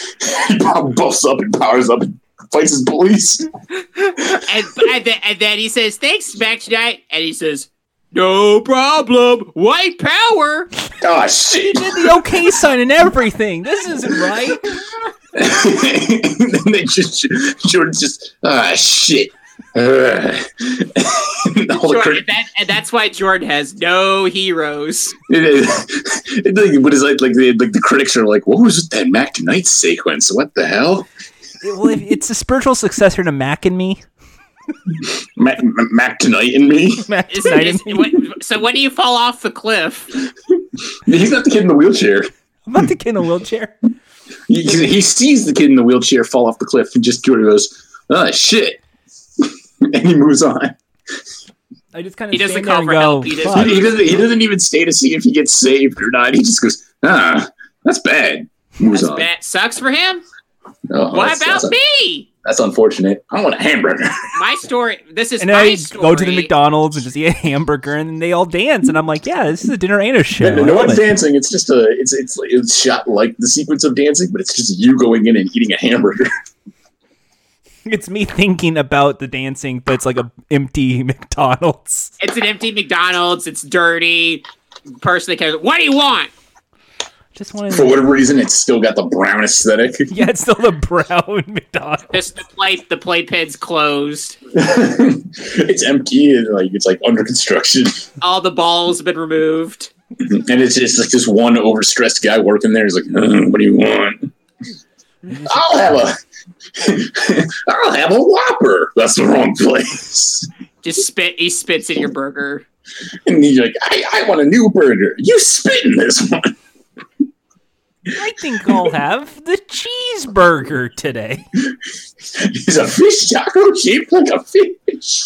he bu- buffs up and powers up and fights his police.
and, and, then, and then he says, "Thanks, Max Knight," and he says, "No problem, white power."
Oh shit!
Did the okay sign and everything. This isn't right.
then they just Jordan's just ah shit. Ugh. And all the
Jordan,
crit-
and, that, and that's why Jordan has no heroes.
it is- it's like, but it's like like the like the critics are like, what was that Mac Knight sequence? What the hell?
It- well, it- it's a spiritual successor to Mac and Me.
Mac, Mac Knight and me.
Mac
Is,
Tonight and
is,
Me.
what, so when do you fall off the cliff?
He's not the kid in the wheelchair.
I'm about to get in a wheelchair.
He, he sees the kid in the wheelchair fall off the cliff, and just Jordan goes, "Ah, shit," and he moves on.
I just kind of
He doesn't
stand there
call
and
for
go,
help, he
"Fuck."
doesn't-
He doesn't. He doesn't even stay to see if he gets saved or not. He just goes, "Ah, that's bad." Moves
That's
on.
bad. Sucks for him.
Oh,
what
that's-
about
that's,
me?
That's unfortunate. I want a hamburger.
My story. This is
and
my
I
story.
go to the McDonald's and just eat a hamburger, and they all dance, and I'm like, "Yeah, this is a dinner and a show."
no,
I
no
love
one's
it.
dancing. It's just a. It's it's it's shot like the sequence of dancing, but it's just you going in and eating a hamburger.
It's me thinking about the dancing, but it's like a empty McDonald's.
It's an empty McDonald's. It's dirty. Person that cares. What do you want?
Just want
For
to.
whatever reason, it's still got the brown aesthetic.
Yeah, it's still the brown McDonald's.
Just the plate. The playpen's closed.
it's empty and like it's like under construction.
All the balls have been removed.
And it's just like this one overstressed guy working there. He's like, "Uh, "What do you want? I'll have a, I'll have a Whopper. That's the wrong place."
Just spit. He spits in your burger.
And he's like, "I, I want a new burger. You spit in this one."
I think I'll have the cheeseburger today.
He's a fish taco shaped like a fish.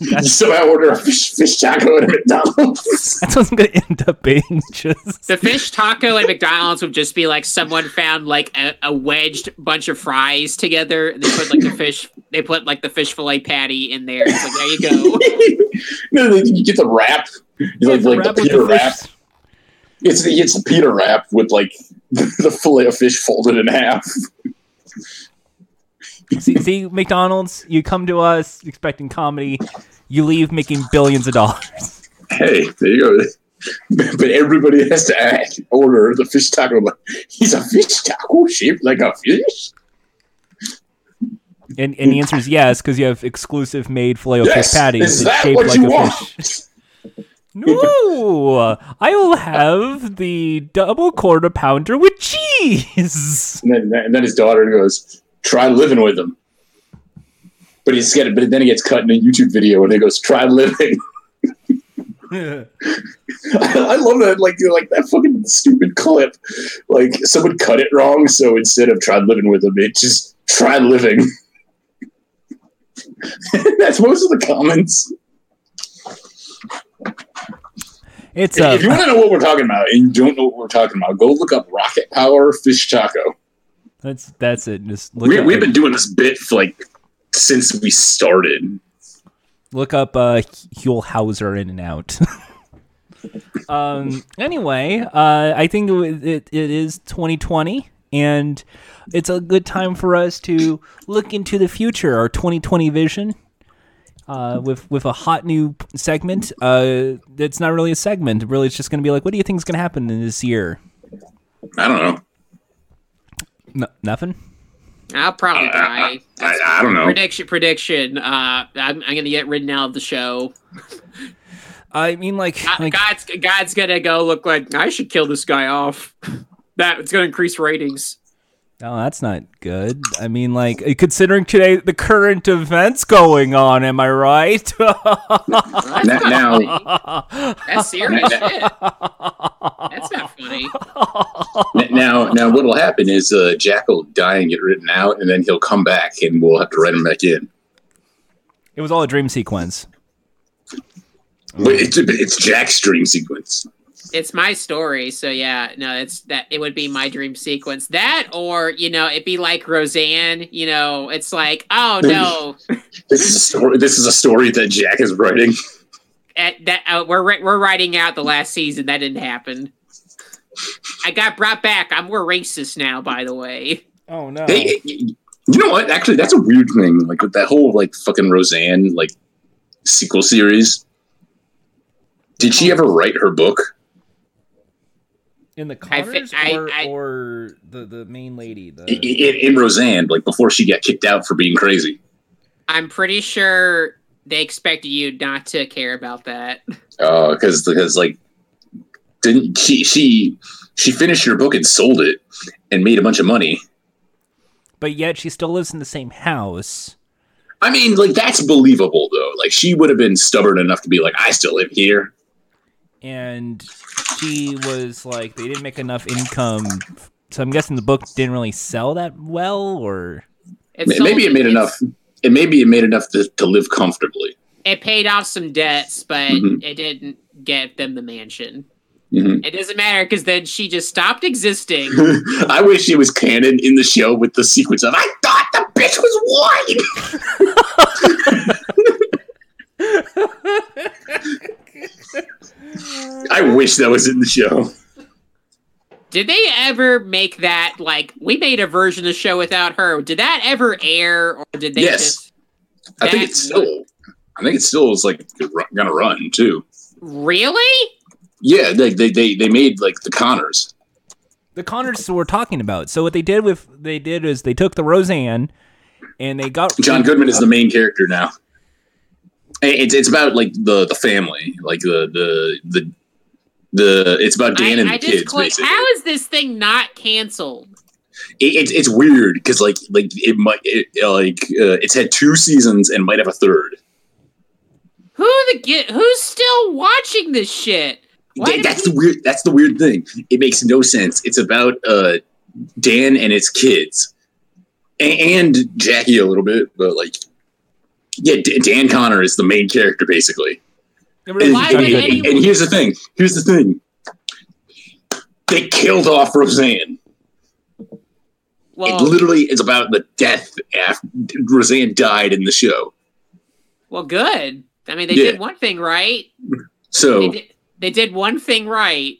You somehow order a fish, fish taco at a McDonald's.
That's what I'm gonna end up being. Just
The fish taco at McDonald's would just be like someone found like a, a wedged bunch of fries together, and they put like the fish. They put like the fish fillet patty in there. It's like there you go.
no, they, you get the wrap. It's like, like the Peter wrap. It's the it's the Peter wrap with like the fillet of fish folded in half.
See, see, McDonald's, you come to us expecting comedy, you leave making billions of dollars.
hey, there you go. But everybody has to act, order the fish taco. Like, He's a fish taco shaped like a fish.
And, and the answer is yes, because you have exclusive made filet
Yes,
fish patties
is
that's
that
shaped
what
like
you
a
want?
fish. No, I will have the double quarter pounder with cheese.
And then, and then his daughter goes, "Try living with him." But he's got But then he gets cut in a YouTube video, and he goes, "Try living." I love that, like you're like that fucking stupid clip. Like someone cut it wrong, so instead of "Try living with him," it just "Try living." That's most of the comments.
It's uh,
If you
a
want to know what we're talking about and you don't know what we're talking about, go look up Rocket Power Fish Taco.
that's that's it. Just look
We,
up,
we've been doing this bit for like since we started.
look up uh, Hulhauser in and out. um. Anyway, uh, I think it, it, it is 2020, and it's a good time for us to look into the future, our 2020 vision. Uh, with with a hot new segment, uh, that's not really a segment. Really, it's just going to be like, what do you think is going to happen in this year?
I don't know.
No, nothing.
I'll probably die.
Uh, I, I don't know.
Prediction, prediction. Uh, I'm, I'm gonna get ridden out of the show.
I mean, like,
God-
like
God's God's gonna go look like I should kill this guy off. That it's gonna increase ratings.
oh, that's not good. I mean, like, considering today the current events going on, am I right?
Now, now,
That's serious shit. That's not funny.
now, now what will happen is uh, Jack will die and get written out, and then he'll come back and we'll have to write him back in.
it was all a dream sequence.
But it's, it's Jack's dream sequence.
It's my story, so yeah. No, it's that. It would be my dream sequence. That or you know, it'd be like Roseanne. You know, it's like oh no,
This is a story. This is a story that Jack is writing.
at that uh, we're ri- we're writing out the last season. That didn't happen. I got brought back. I'm more racist now, by the way.
Oh no.
They, you know what? Actually, that's a weird thing. Like with that whole like fucking Roseanne like sequel series. Did she ever write her book?
In the
I fi-
Connors
I-
or,
I-
or the, the main lady. The,
I- I- In, in Roseanne, like before she got kicked out for being crazy.
I'm pretty sure they expected you not to care about that.
Because because Uh, like didn't she she she finished her book and sold it and made a bunch of money.
But yet she still lives in the same house.
I mean, like that's believable though. Like she would have been stubborn enough to be like, I still live here.
and she was like they didn't make enough income so i'm guessing the book didn't really sell that well or
It's
Ma- Maybe it made enough. It maybe it made enough to, to live comfortably.
It paid off some debts, but
Mhm.
it didn't get them the mansion.
Mhm.
It doesn't matter because then she just stopped existing.
I wish it was canon in the show with the sequence of I thought the bitch was white. I wish that was in the show.
Did they ever make that like we made a version of the show without her? Did that ever air, or did they
Yes.
just
I think
That
it's still. I think it still is like ru- gonna run too.
really?
Yeah, they they they, they made like the Connors.
the connors were talking about so what they did with they did is they took the roseanne and they got
John Goodman is the main character now. And It's it's about like the the family, like the the the. The it's about Dan
I,
and
I
the
just
kids.
clicked,
basically.
How is this thing not canceled?
it, it's it's weird because like like it might it, like uh, it's had two seasons and might have a third.
Who the get? Who's still watching this shit? Why
Th-
did
that's the weird. That's the weird thing. It makes no sense. It's about uh, Dan and his kids, A- and Jackie a little bit, but like, yeah, D- Dan Connor is the main character basically. And,
Why
and-
would
and-
anyone-
and here's the thing. Here's the thing. They killed off Roseanne.
Well,
it literally is about the death after Roseanne died in the show.
well, good. I mean, they
Yeah.
did one thing right.
So
They did, they did one thing right.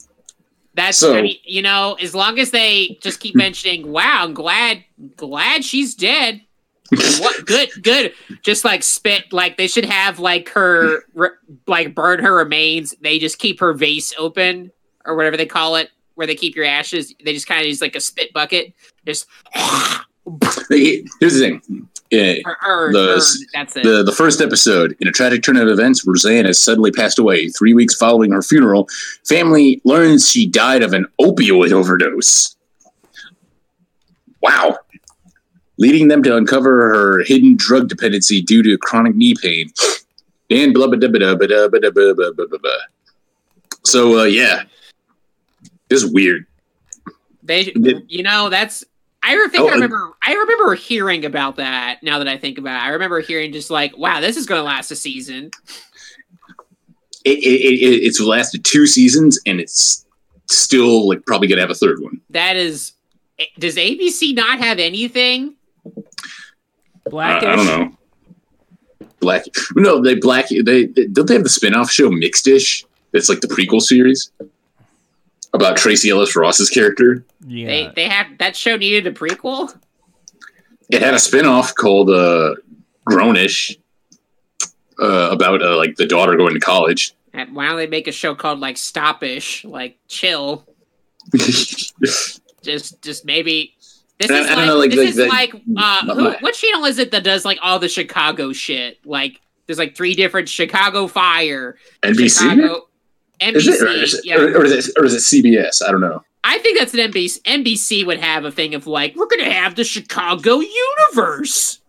That's
So-
I mean, you know, as long as they just keep mentioning, "Wow, I'm glad, glad she's dead." what good, good. Just like spit, like they should have like her, re- like burn her remains. They just keep her vase open or whatever they call it, where they keep your ashes. They just kind of use like a spit bucket. Just
Hey, Here's the thing. Yeah,
or, or,
The-
or- that's it.
the, the first episode, in a tragic turn of events, Roseanne has suddenly passed away. Three weeks following her funeral, family learns she died of an opioid overdose. Wow. Leading them to uncover her hidden drug dependency due to chronic knee pain. And blah, blah, blah, blah, blah, blah, blah, blah, blah, blah, blah, blah. So, uh, yeah. This is weird.
They,
Did-
you know, that's. I re- think
Oh,
I
and-
remember. I remember hearing about that. Now that I think about it, I remember hearing just like, "Wow, this is going to last a season."
It, it, it, it's lasted two seasons, and it's still like probably going to have a third one.
That is. eh, Does ABC not have anything?
blackish
Uh, I, I don't know. Black? No, they black. They, they don't they have the spin-off show Mixedish? That's like the prequel series about Tracy Ellis Ross's character.
yeah
They they have that show needed a prequel.
It had a spin-off called uh, Grownish uh, about uh, like the daughter going to college.
And Why don't they make a show called like Stopish, like Chill? Just just maybe. This
I-
is
I don't
like,
know, like-
this is
like-
like, uh,
not
who,
my-
what channel is it that does like all the Chicago shit? Like there's like three different Chicago Fire.
NBC.
Chicago,
Is it, or, is
NBC.
it,
Yeah,
or, or is it, or is it CBS? I don't know.
I think that's an NBC. NBC would have a thing of like, we're gonna have the Chicago universe.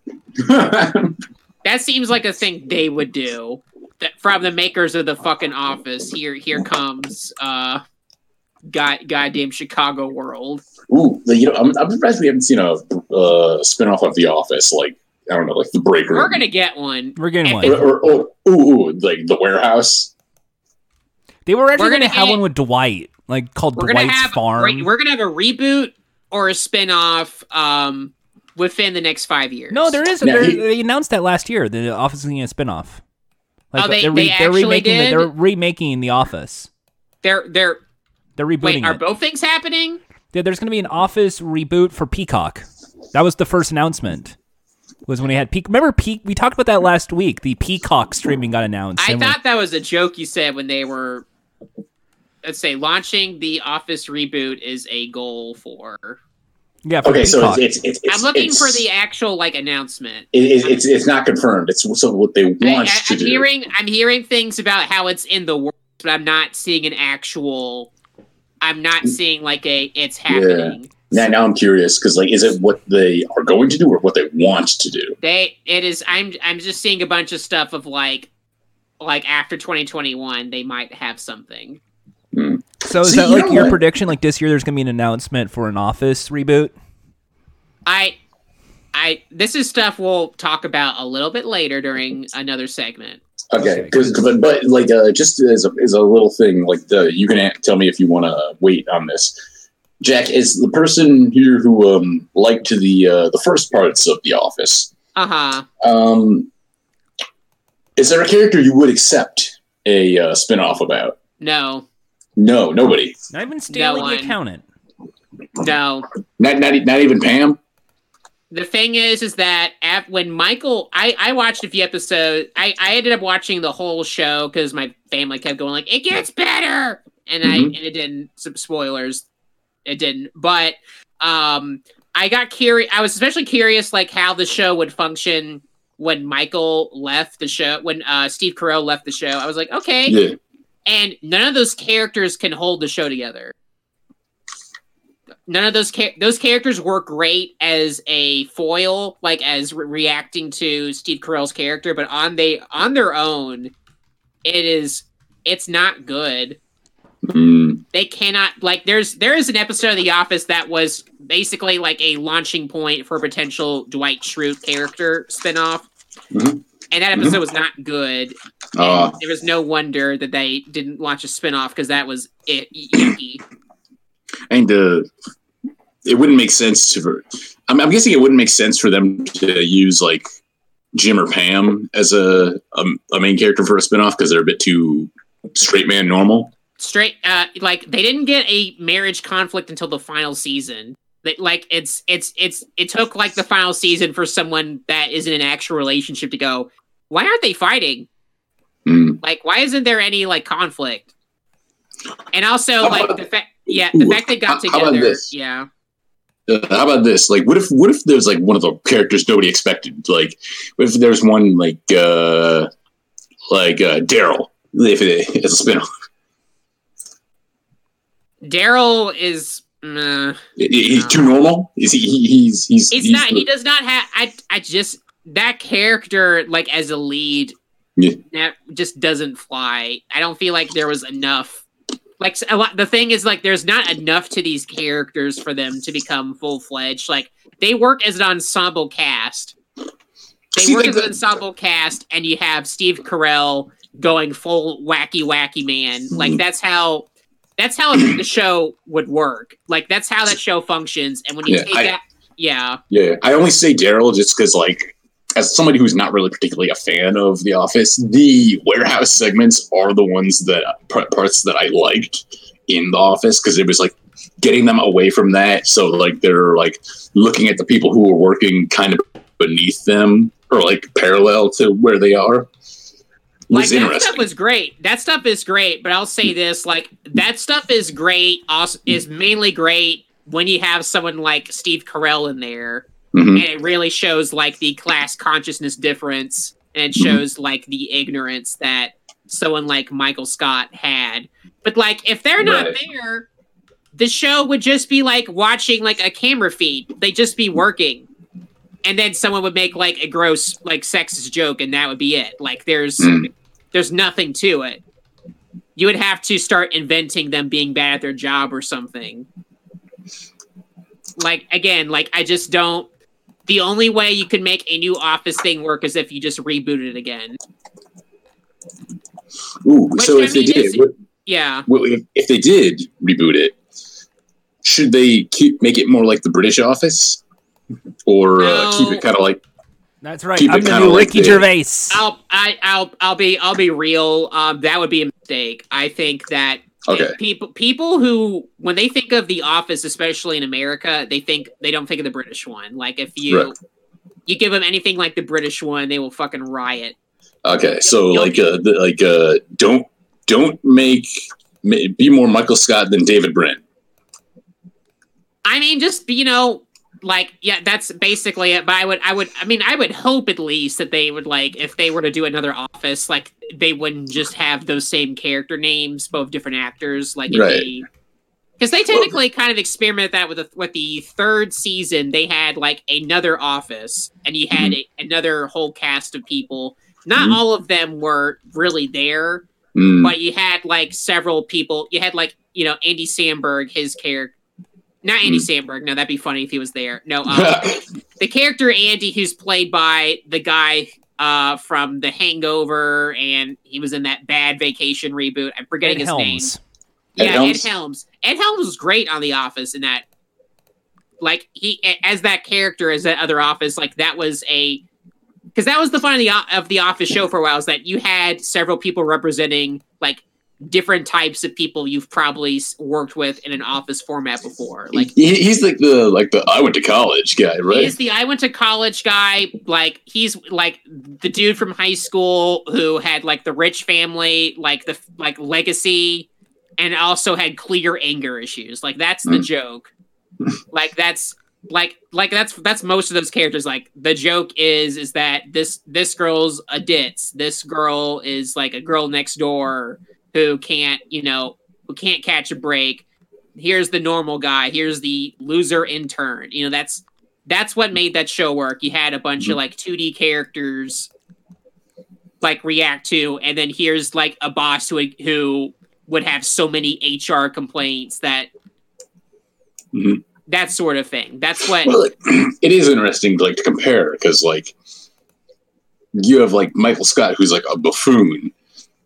That seems like a thing they would do. That from the makers of the fucking office. Here, here comes uh, god, goddamn Chicago world.
Ooh, like, you know, I'm, I'm surprised we haven't seen a uh, spin-off of The Office. Like I don't know, like The Break Room.
We're gonna get one.
we're getting
If
one
or, or, or ooh, ooh, like the warehouse.
they were actually
we're
going to
gonna
have
get-
one with dwight like called
We're gonna
dwight's
have
farm
re- we're gonna have a reboot or a spin-off um, within the next five years.
no there is
Yeah,
there,
he-
they announced that last year the office is going to spin off like
Oh, they-
are
they
they're
actually
remaking the,
did?
they're remaking the office
They're they're
they're rebooting
wait, are
it.
both things happening?
that there's going to be an Office reboot for Peacock. That was the first announcement. Was when he had Peacock. Remember Peacock? We talked about that last week. The Peacock streaming got announced.
I
and we're-
thought that was a joke you said when they were, let's say, launching the Office reboot is a goal for.
yeah. For
Okay, so
Peacock.
it's it's, it's, it's
I'm looking for
it's-
the actual like announcement.
it, it, it's it's not confirmed. It's sort of what they want
I, I,
to
I'm
do.
hearing I'm hearing things about how it's in the works, but I'm not seeing an actual. I'm
Mm.
not seeing like a it's happening.
now, now I'm curious because like, is it what they are going to do or what they want to do?
They it is I'm I'm just seeing a bunch of stuff of like like after 2021 they might have something.
So is
See,
that
you
like
know
your
what?
prediction? Like this year, there's going to be an announcement for an Office reboot.
I I this is stuff we'll talk about a little bit later during another segment.
Okay, because but, but like uh, just as a, as a little thing, like uh, you can a- tell me if you want to wait on this. Jack is the person here who um, liked the uh, the first parts of The Office.
Uh huh.
Um, is there a character you would accept a uh, spinoff about?
No,
No, nobody.
Not even Stanley
one.
the accountant.
no.
Not not, e- not even Pam.
The thing is, is that at, when Michael, I I watched a few episodes. I I ended up watching the whole show because my family kept going like it gets better, and I and
Mhm.
it didn't. Some spoilers, it didn't. But um, I got curious. I was especially curious like how the show would function when Michael left the show. When uh, Steve Carell left the show, I was like, okay,
Yeah.
and none of those characters can hold the show together. None of those char- those characters were great as a foil, like as re- reacting to Steve Carell's character, but on they on their own, it is it's not good.
Mm,
They cannot like there's there is an episode of The Office that was basically like a launching point for a potential Dwight Schrute character spinoff.
Mhm.
And that episode was not good,
uh,
and there was no wonder that they didn't launch a spinoff because that was it. icky.
and uh, it wouldn't make sense to. For, I'm, I'm guessing it wouldn't make sense for them to use like Jim or Pam as a a, a main character for a spinoff because they're a bit too straight man normal.
Straight, uh, like they didn't get a marriage conflict until the final season. That like it's it's it's it took like the final season for someone that is in an actual relationship to go. Why aren't they fighting?
Mm.
Like, why isn't there any like conflict? And also,
How
like
about-
the fact, yeah, the
Ooh,
fact they got
how- how about
together,
this?
yeah,
Uh, how about this? Like, what if what if there's like one of the characters nobody expected? Like, what if there's one like uh like uh, Daryl if it is a spinoff?
Daryl is. mm,
I-
meh.
I- He's too normal. Is he? he he's he's
He's not. He does not have. I. I just that character, like as a lead,
Yeah.
that just doesn't fly. I don't feel like there was enough. Like s- a lot. The thing is, like, there's not enough to these characters for them to become full fledged. Like they work as an ensemble cast. They
See,
work
like
as an
the-
ensemble cast, and you have Steve Carell going full wacky wacky man. Like
Mm-hmm.
that's how. That's how the show would work. Like that's how that show functions. And when you
Yeah,
take
I-
that, yeah.
Yeah, I only say Daryl just because, like, as somebody who's not really particularly a fan of The Office, the warehouse segments are the ones that par- parts that I liked in The Office because it was like getting them away from that. So like they're like looking at the people who are working kind of beneath them or like parallel to where they are.
like
Was
that
interesting.
stuff was great. That stuff is great, but I'll say this: like that stuff is great. Also, is mainly great when you have someone like Steve Carell in there,
Mhm.
and it really shows like the class consciousness difference, and it
Mm-hmm.
shows like the ignorance that someone like Michael Scott had. But like, if they're not
Right.
there, the show would just be like watching like a camera feed. They'd just be working. And then someone would make like a gross like sexist joke, and that would be it. Like there's
Mm.
there's nothing to it. You would have to start inventing them being bad at their job or something. Like again, like I just don't. The only way you could make a new office thing work is if you just reboot it again.
Ooh,
Which,
so
I
if they
mean,
did,
is-
what-
Yeah,
Well, if, if they did reboot it, should they keep make it more like the British Office, or uh,
No.
keep it kind of like?
That's right.
Keep
I'm
it
the
kinda
new
like
Ricky
the-
Gervais.
I'll I, I'll I'll be I'll be real. Um, that would be a mistake. I think that
Okay.
People people who when they think of the office, especially in America, they think they don't think of the British one. Like if you
Right.
you give them anything like the British one, they will fucking riot.
Okay, so like, uh, the, like, uh, don't don't make ma- be more Michael Scott than David Brent.
I mean, just you know, like yeah, that's basically it. But I would, I would, I mean, I would hope at least that they would like if they were to do another Office, like they wouldn't just have those same character names, both different actors, like if
Right.
they Because they technically kind of experimented that with the, with the third season. They had like another office, and you had a, another whole cast of people. Not
Mhm.
all of them were really there,
Mm,
but you had like several people. You had like you know Andy Samberg, his character. Not Andy
Mm.
Samberg. No, that'd be funny if he was there. No, um, the character Andy, who's played by the guy uh, from The Hangover, and he was in that Bad Vacation reboot. I'm forgetting
Ed
his name.
Helms.
Ed
Yeah,
Helms?
Ed Helms. Ed Helms was great on The Office in that, like he as that character as that other Office, like that was a because that was the fun of the O- of the Office show for a while is that you had several people representing like different types of people you've probably s- worked with in an Office format before. Like
he, he's like the like the I went to college guy, right?
He's the I went to college guy. Like he's like the dude from high school who had like the rich family, like the like legacy, and also had clear anger issues. Like that's the
Mm.
joke. like that's like like that's that's most of those characters. Like the joke is is that this this girl's a ditz. This girl is like a girl next door who can't you know who can't catch a break. Here's the normal guy. Here's the loser intern. You know that's that's what made that show work. You had a bunch of like 2D characters like react to, and then here's like a boss who who would have so many HR complaints that
Mhm.
that sort of thing. That's what
Well, like, it is interesting, like to compare, because like you have like Michael Scott, who's like a buffoon,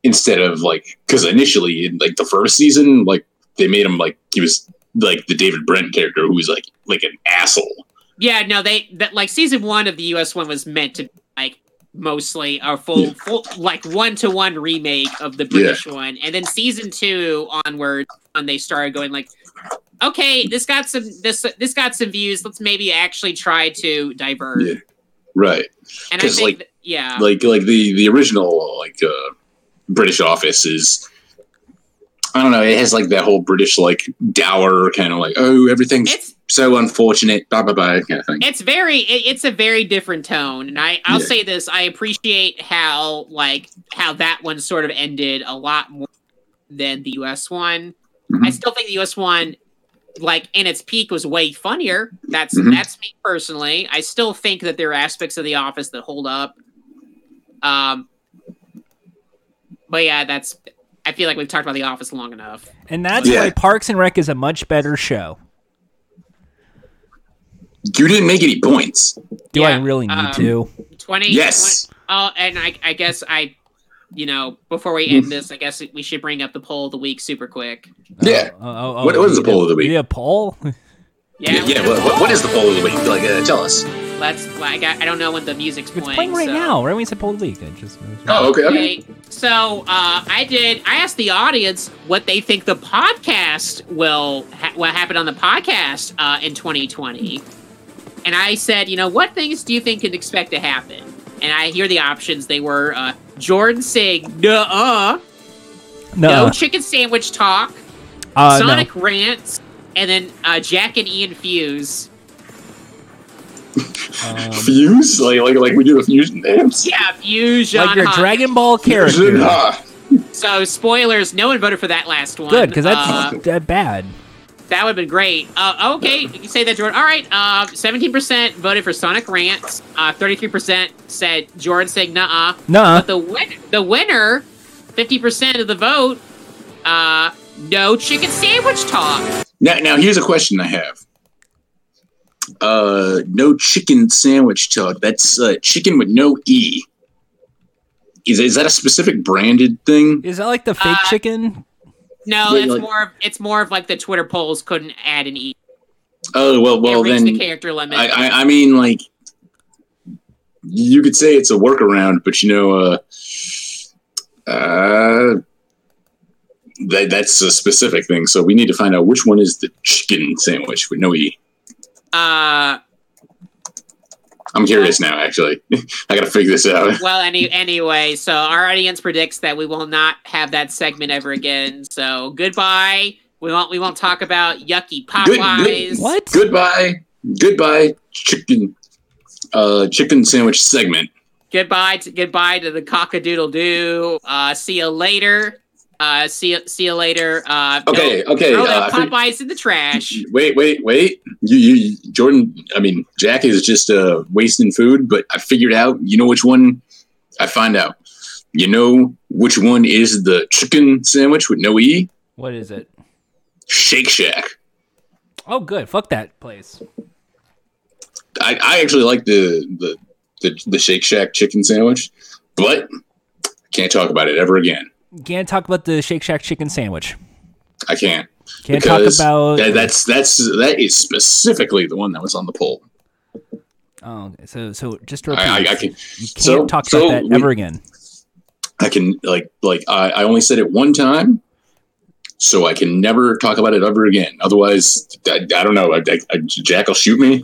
instead of like because initially in like the first season, like they made him like he was like the David Brent character, who was like like an asshole.
Yeah, no, they that like season one of the US one was meant to be like mostly a full, full like one to one remake of the British one, and then season two onward, when they started going like, okay, this got some this this got some views. Let's maybe actually try to diverge.
Yeah. Right.
and I
'cause,
think,
like-
th- yeah,
like like the the original like uh, British Office is. I don't know. It has like that whole British like dour kind of like oh everything's
it's
so unfortunate blah blah blah kind of thing.
it's very it, it's a very different tone and i i'll
Yeah.
say this i appreciate how like how that one sort of ended a lot more than the us one i
Mhm.
still think the us one like in its peak was way funnier that's
Mhm.
that's me personally i still think that there are aspects of the office that hold up um but yeah that's i feel like we've talked about the office long enough
And that's
Yeah.
why Parks and Rec is a much better show.
You didn't make any points.
Do I
Yeah,
really need
um,
to?
20
Yes.
Oh, and I, I guess I, you know, before we
Mm-hmm.
end this, I guess we should bring up the poll of the week super quick.
Yeah.
Oh, oh, oh,
What- what is the
we need
poll
a-
of the week?
we need a poll?
Yeah.
Yeah,
yeah what, what- what is the poll of the week? Like, uh, tell us.
Let's. Like, I, I don't know when the music's
It's
playing.
playing right
so.
now. Right when you said poll of the week, I just.
Oh, okay. okay.
Okay. So uh, I did. I asked the audience what they think the podcast will ha- what happened on the podcast uh, in 2020, and I said, you know, what things do you think can expect to happen? And I hear the options. They were uh, Jordan saying, "Nuh-uh,"
No,
no chicken sandwich talk.
uh, no.
Sonic rants, and then uh, Jack and Ian fuse.
Um,
Fuse like like like we do the fusion dance.
Yeah, fuse. John
like your
Hawk.
Dragon Ball
Fusion,
character.
ha.
So spoilers. No one voted for that last one.
Good, because that's
Uh,
that bad.
that would have been great. Uh, okay, you can say that, Jordan. All right. um, Seventeen percent voted for Sonic rants. Uh, Thirty-three percent said Jordan saying "Nah."
No,
But the win- the winner, fifty percent of the vote. Uh, no chicken sandwich talk.
Now, now here's a question I have. Uh, no chicken sandwich talk. That's uh, chicken with no e. Is is that a specific branded thing?
is that like the fake
Uh,
chicken?
No,
Wait,
it's
like-
more of it's more of like the Twitter polls couldn't add an e.
Oh well, well
it reached the
then
character limit.
I, I I mean like you could say it's a workaround, but you know uh uh that, that's a specific thing. So we need to find out which one is the chicken sandwich with no E.
Uh,
I'm curious now, actually. I got to figure this out.
well, any anyway, so our audience predicts that we will not have that segment ever again. So goodbye. We won't we won't talk about yucky
Good- good-
Popeyes.
What?
Goodbye. Goodbye, chicken. Uh, chicken sandwich segment.
Goodbye to goodbye to the cockadoodle doo. Uh, see you later. Uh, see you- see you later. Uh, no-
Okay, okay.
throw
Uh,
that
I think-
Popeyes in the trash.
wait, wait, wait. You, you, Jordan. I mean, Jack is just uh, wasting food. But I figured out. You know which one? I find out. You know which one is the chicken sandwich with no E?
What is it?
Shake Shack.
Oh, good. Fuck that place.
I, I actually like the, the the the Shake Shack chicken sandwich, but can't talk about it ever again.
Can't talk about the Shake Shack chicken sandwich.
I can't.
Can't
Because
talk about.
That, that's that's that is specifically the one that was on the poll.
oh, okay. so so just to repeat,
I, I, I can
you can't
so-
talk
so
about that
we-
ever again.
I can like like I, I only said it one time, so I can never talk about it ever again. Otherwise, I, I don't know. I, I, I- Jack will shoot me.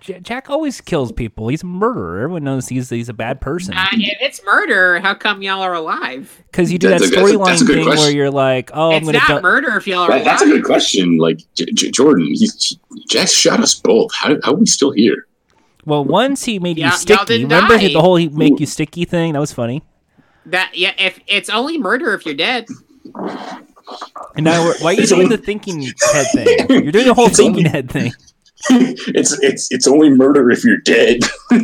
J- Jack always kills people. He's a murderer. Everyone knows he's he's a bad person.
Uh, if it's murder, how come y'all are alive?
Because you do that
That's a- that's a-
storyline
that's a good
thing where
question.
you're like, oh, I'm
it's
gonna.
not
dump-
murder if y'all are
That,
alive.
that's a good question. Like J- J- Jordan, he's, Jack shot us both. How, how are we still here?
well, once he made
Y'all-
you
y'all
sticky.
didn't
Remember
die.
the whole he make you sticky thing? That was funny.
That yeah, if it's only murder if you're dead.
And now, we're, why are you
It's
doing
only-
the thinking head thing? You're doing the whole
It's only-
thinking head thing.
it's it's it's only murder if you're dead.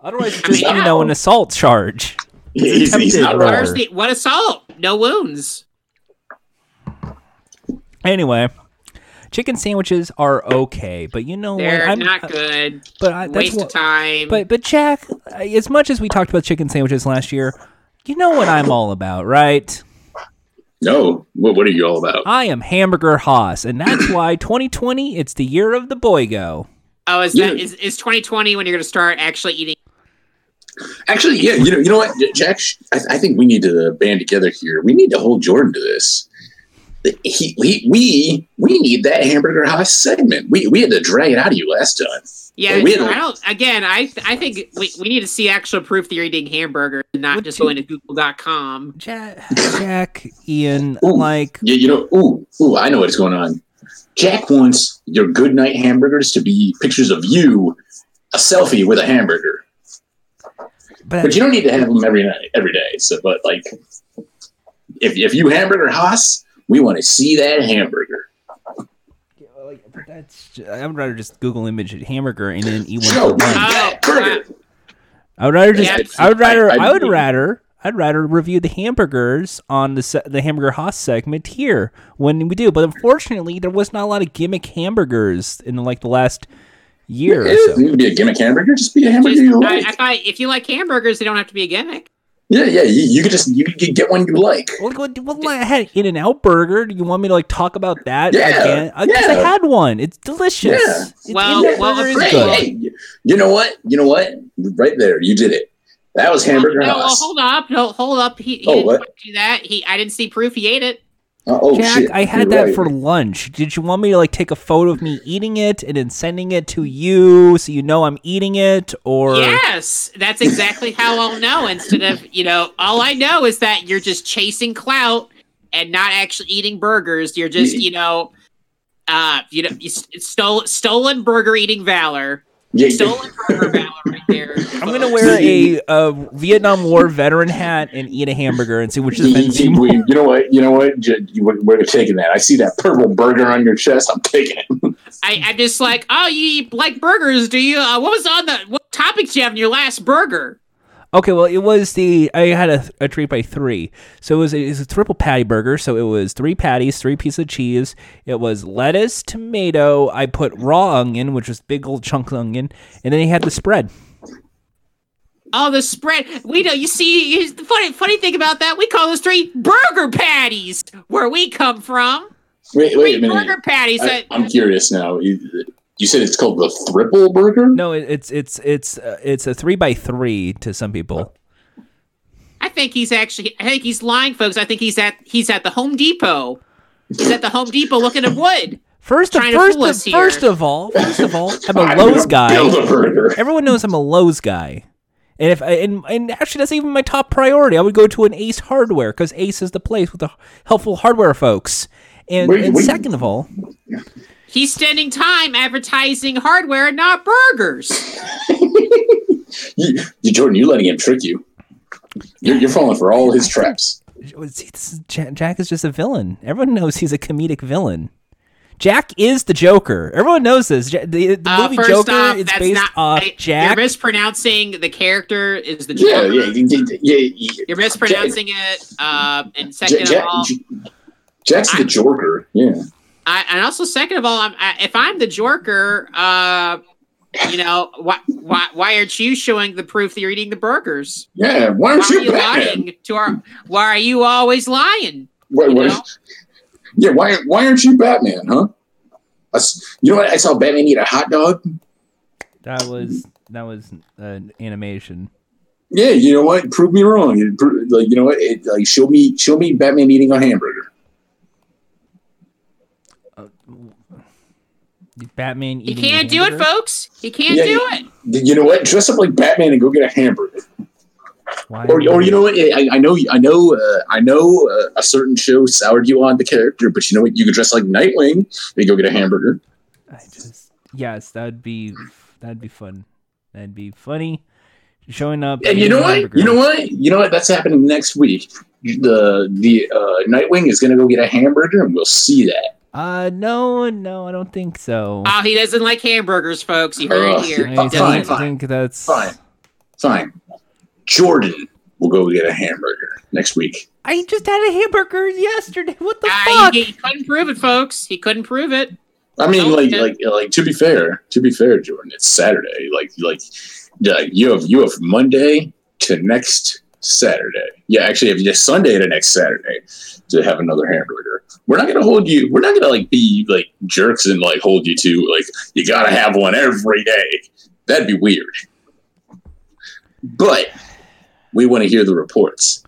Otherwise, it's
I
just
mean,
you know
ow.
an assault charge.
he's, he's not
Attempted
wrong.
murder.
Where's the- what assault? No wounds.
Anyway, chicken sandwiches are okay, but you know
They're
what? I'm-
not good.
But I, Uh, that's
Waste
what,
of time.
But but Jack, as much as we talked about chicken sandwiches last year, you know what I'm all about, right?
No, what what are you all about?
I am hamburger Haas, and that's why 2020 it's the year of the boygo.
oh, is
Yeah.
that is, is 2020 when you're gonna start actually eating?
Actually, yeah, you know, you know what, J- Jack? sh- I, I think we need to band together here. We need to hold Jordan to this. He, he, we, we need that hamburger house segment. We, we had to drag it out of you last time.
Yeah,
Well, we don't-
I don't. Again, I I think we, we need to see actual proof that you're eating hamburger, and not
Would
just
you-
going to Google.com.
Jack, Jack, Ian,
Ooh.
like
You, you know, ooh, ooh, I know what's going on. Jack wants your good night hamburgers to be pictures of you, a selfie with a hamburger. But
but
you don't need to have them every night, every day. So, but like, if if you hamburger Haas, we want to see that hamburger.
like, but that's ju- I would rather just Google image it hamburger and then eat one.
Show
for
me
lunch.
that
Oh,
burger.
I would rather just
Yeah,
I would rather I,
I- I-
would rather I'd rather review the hamburgers on the se- the hamburger Haas segment here when we do. But unfortunately, there was not a lot of gimmick hamburgers in like the last year. Or
It
so.
doesn't need to be a gimmick hamburger. Just be a hamburger
Just-
you
I,
like.
I thought if you like hamburgers, they don't have to be a gimmick.
yeah, yeah. You, you could just you could get one you like.
Well, what, what, like, I had In and Out Burger. Do you want me to like talk about that
Yeah,
again? I guess I
yeah.
had one. It's delicious.
Yeah.
It's-
Well,
In-N-Out
well,
Burger is
Hey,
good.
hey, you- you know what? You know what? Right there, you did it. That was hamburger
no, well,
house.
hold up, no, hold up. He, he
Oh,
didn't
what?
want to do that. He, I didn't see proof he ate it.
Uh, oh
Jack,
shit!
I had
You're
that
right.
for lunch. Did you want me to like take a photo of me eating it and then sending it to you so you know I'm eating it? Or
Yes, that's exactly how I'll know. Instead of you know, all I know is that you're just chasing clout and not actually eating burgers. You're just you know, uh, you know, you st- stole, stolen burger eating valor,
Yeah, yeah.
stolen burger valor right there.
I'm gonna wear a, uh Vietnam War veteran hat and eat a hamburger and see which
You,
offends
you-
you more.
you- you know what? You know what? J- you- We're taking that. I see that purple burger on your chest. I'm taking it.
I, I'm just like, oh, you eat like burgers, do you? Uh, what was on the what topics you have in your last burger?
Okay, well, it was the I had a, a three by three, so it was, it was a triple patty burger. So it was three patties, three pieces of cheese. It was lettuce, tomato. I put raw onion, which was big old chunk of onion, and then he had the spread.
Oh, the spread. We know. You see, here's the funny funny thing about that. We call those three burger patties where we come from.
Wait, wait a
Three
minute.
burger patties.
I,
that-
I'm curious now. You, you said it's called the triple burger.
No, it, it's it's it's uh, it's a three by three to some people.
I think he's actually. I think he's lying, folks. I think he's at he's at the Home Depot. He's at the Home Depot looking at wood.
First, of,
Trying to
first,
fool
of,
us here.
first of all, first of all, I'm a
I'm
Lowe's
gonna
guy.
Build a burger.
Everyone knows I'm a Lowe's guy. And if and, and actually that's even my top priority. I would go to an Ace Hardware because Ace is the place with the helpful hardware folks. And,
Wait,
and
wait.
second of all,
He's spending time advertising hardware, and not burgers.
You, you, Jordan, you letting him trick you. You're, you're falling for all his traps.
see, this is, Jack, Jack is just a villain. Everyone knows he's a comedic villain. Jack is the Joker. Everyone knows this. Ja- The, the
Uh,
movie
first
Joker
off,
is
that's
based
not
off
I-
Jack.
You're mispronouncing the character is the
Yeah,
Joker.
yeah, you- you- you- you-
You're mispronouncing it. Uh, and second
Ja-
of
Jack-
all,
Jack's the Jorker. Yeah.
I, and also second of all, I'm, I, if I'm the Jorker, uh, you know, why, why why aren't you showing the proof that you're eating the burgers?
Yeah. Why
Why
aren't
are
you
you
Batman?
lying to our? Why are you always lying?
Why,
You
why-
know?
yeah. Why, why aren't you Batman, huh? I s- you know what? I saw Batman eat a hot dog.
That was that was an animation.
Yeah. You know what? Prove me wrong. It pro- like, you know what? It, like, show me, show me Batman eating a hamburger.
Batman.
He can't do it, folks. He can't
Yeah,
do
you-
it.
You know what? Dress up like Batman and go get a hamburger. Or, or you know what? I, I know, I know, uh, I know uh, a certain show soured you on the character, but you know what? You could dress like Nightwing and go get a hamburger.
I just yes, that'd be that'd be fun. That'd be funny. Showing up.
And you know what? You know what? You know what? That's happening next week. The the uh, Nightwing is going to go get a hamburger, and we'll see that.
Uh, no, no, I don't think so.
Ah,
Oh, he doesn't like hamburgers, folks. You heard
Ugh.
it here.
I
He
fine,
don't
doesn't.
Oh, fine.
think that's
Fine, fine. Jordan will go get a hamburger next week.
I just had a hamburger yesterday. What the
Ah,
fuck?
he, he couldn't prove it, folks. He couldn't prove it.
I mean, like,
Okay.
like, like. To be fair, to be fair, Jordan, it's Saturday. Like, like, yeah, you have you have Monday to next Saturday. Yeah, actually, if you Sunday to next Saturday to have another hamburger. We're not gonna hold you. We're not gonna like be like jerks and like hold you to like you gotta have one every day. That'd be weird. But we want to hear the reports.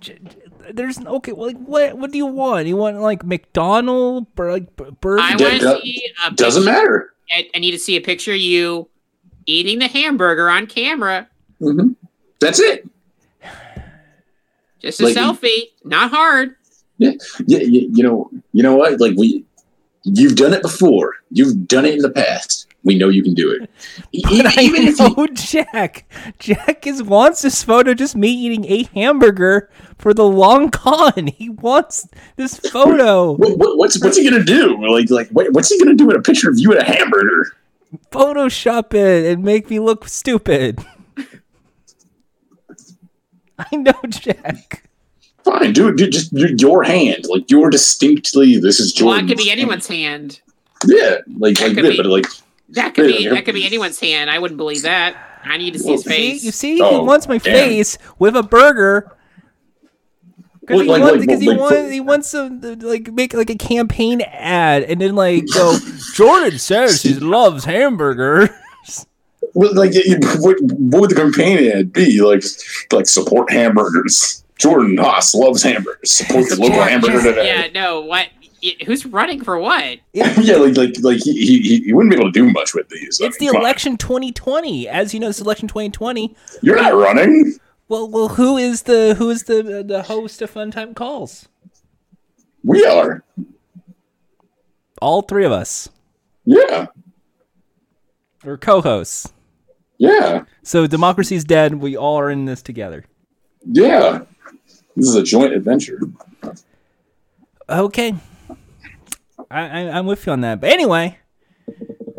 J- j- There's okay. Well, like, what? What do you want? You want like McDonald, bur- like bur- burger?
I
Does-
want to
does-
see. A
Doesn't
picture-
matter.
I, I need to see a picture of you eating the hamburger on camera.
hmm That's it.
Just a
Like-
selfie. Not hard.
yeah, you, you know, you know what? Like we, you've done it before. You've done it in the past. We know you can do it. E- Even,
But I
even if you,
know Jack. Jack is wants this photo just me eating a hamburger for the long con. He wants this photo.
what, what- what's what's he gonna do? Like like what, what's he gonna do with a picture of you and a hamburger?
Photoshop it and make me look stupid. I know Jack.
Fine, do it. Do just do your hand, like your distinctly. This is
Well,
Jordan.
that could be anyone's hand.
Yeah, like
That
like
could
yeah,
be-
but like
That could be
Yeah.
that could be anyone's hand. I wouldn't believe that. I need to see his
Well,
See,
face.
you see, he
Oh,
wants my
damn.
face with a burger. Because
Well,
he,
like-
wants,
like-
because he,
like-
wants, he wants to like make like a campaign ad and then like go. Jordan says he loves hamburger.
well, like you- what, what would the companion be like? Like support hamburgers. Jordan Haas loves hamburgers. Support your local
Jack,
hamburger
Jack,
today.
yeah, no, what? y- Who's running for what?
yeah, like like like he, he- he he wouldn't be able to do much with these. I
It's the
mean, come on.
election 2020. As you know, it's election 2020.
You're not running.
Well, well, who is the who is the the host of Fun Time Calls?
We are.
All three of us
Yeah,
or co-hosts.
yeah,
So democracy's dead. We all are in this together.
yeah. This is a joint adventure.
Okay, I, I, I'm with you on that. But anyway,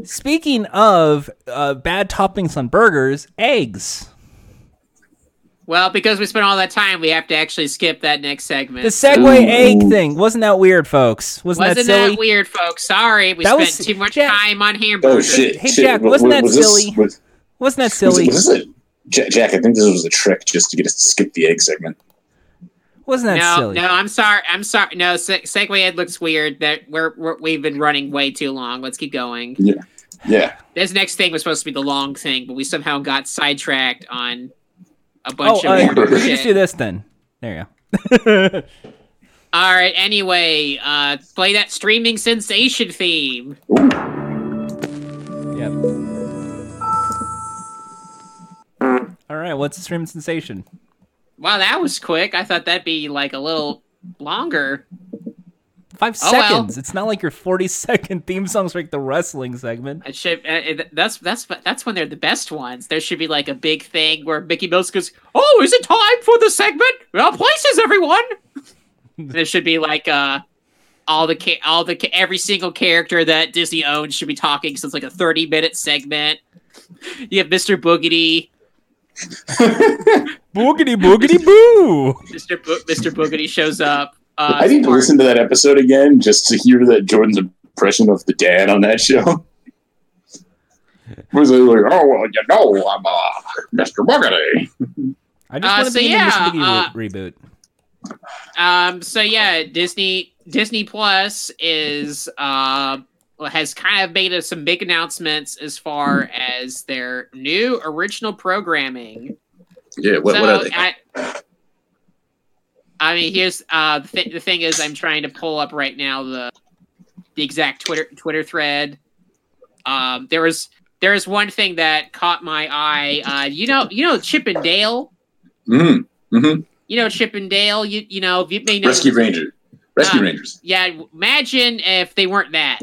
speaking of uh, bad toppings on burgers, eggs.
Well, because we spent all that time, we have to actually skip that next
The
segment.
Segway
Ooh.
egg thing wasn't that weird, folks? Wasn't,
Wasn't
that
that,
silly?
weird, folks? Sorry, we
That
spent
was-
too much
Jack-
time on
Oh
hamburgers.
shit!
Hey,
shit.
Jack,
Wa-
wasn't
wa-
that
was this-
silly?
was-
wasn't that
was
silly?
it- was this a- Ja- Jack, I think this was a trick just to get us to skip the egg segment.
wasn't that
no,
silly?
no, I'm sorry. I'm sorry. No, Se- Segway Ed looks weird. That we're, we're we've been running way too long. Let's keep going.
Yeah,
This next thing was supposed to be the long thing, but we somehow got sidetracked on a
Oh,
bunch
uh,
of
we
weird
just
shit.
do this then. There you go.
All right. Anyway, uh, play that streaming sensation theme.
yep. All right. What's the stream sensation?
Wow, that was quick. I thought that'd be like a little longer.
Five
Oh, well.
seconds. It's not like your forty-second theme songs like the wrestling segment.
It should. uh, It, that's that's that's when they're the best ones. There should be like a big thing where Mickey Mouse goes, "Oh, is it time for the segment? Well, places, everyone." there should be like uh, all the ca- all the ca- every single character that Disney owns should be talking. So it's like a thirty minute segment. You have Mr. Boogity,
Boogity boogity boo.
Mr. Bo- Mr. Boogity shows up. Uh,
I need to
Mark-
listen to that episode again just to hear that Jordan's impression of the dad on that show. Was it like, oh well, you know, I'm uh, Mr. Buggity.
I just
Uh,
want to
so
be
yeah, uh,
in the Mission Biggie re- reboot.
Um. So yeah, Disney Disney Plus is uh has kind of made us some big announcements as
Hmm.
far as their new original programming.
Yeah, what,
so
what are they?
I, I mean, here's uh the, th- the thing is I'm trying to pull up right now the the exact Twitter Twitter thread. Um, there was there is one thing that caught my eye. Uh, you know, you know Chip and Dale.
Mm, hmm
You know Chip and Dale. You you know if you may know
Rescue Ranger. Rescue
Uh,
Rangers.
yeah, w- imagine if they weren't that.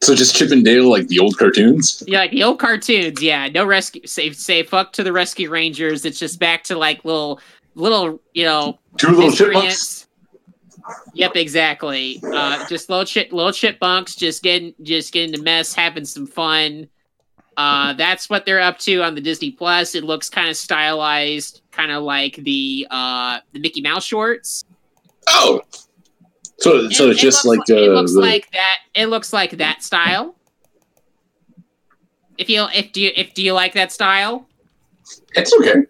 So just Chip and Dale, like the old cartoons.
Yeah, like the old cartoons. Yeah, no rescue. Say, say fuck to the Rescue Rangers. It's just back to like little, little, you know,
Two little chipmunks.
miscreants. Yep, exactly. Uh, just little chip, little chipmunks, just getting, just getting to mess, having some fun. Uh, that's what they're up to on the Disney Plus. It looks kind of stylized, kind of like the uh, the Mickey Mouse shorts.
Oh, so so
It-
it's
it
just like
looks
uh,
it looks
the-
like that. It looks like that style. If you if do you if do you like that style,
it's okay.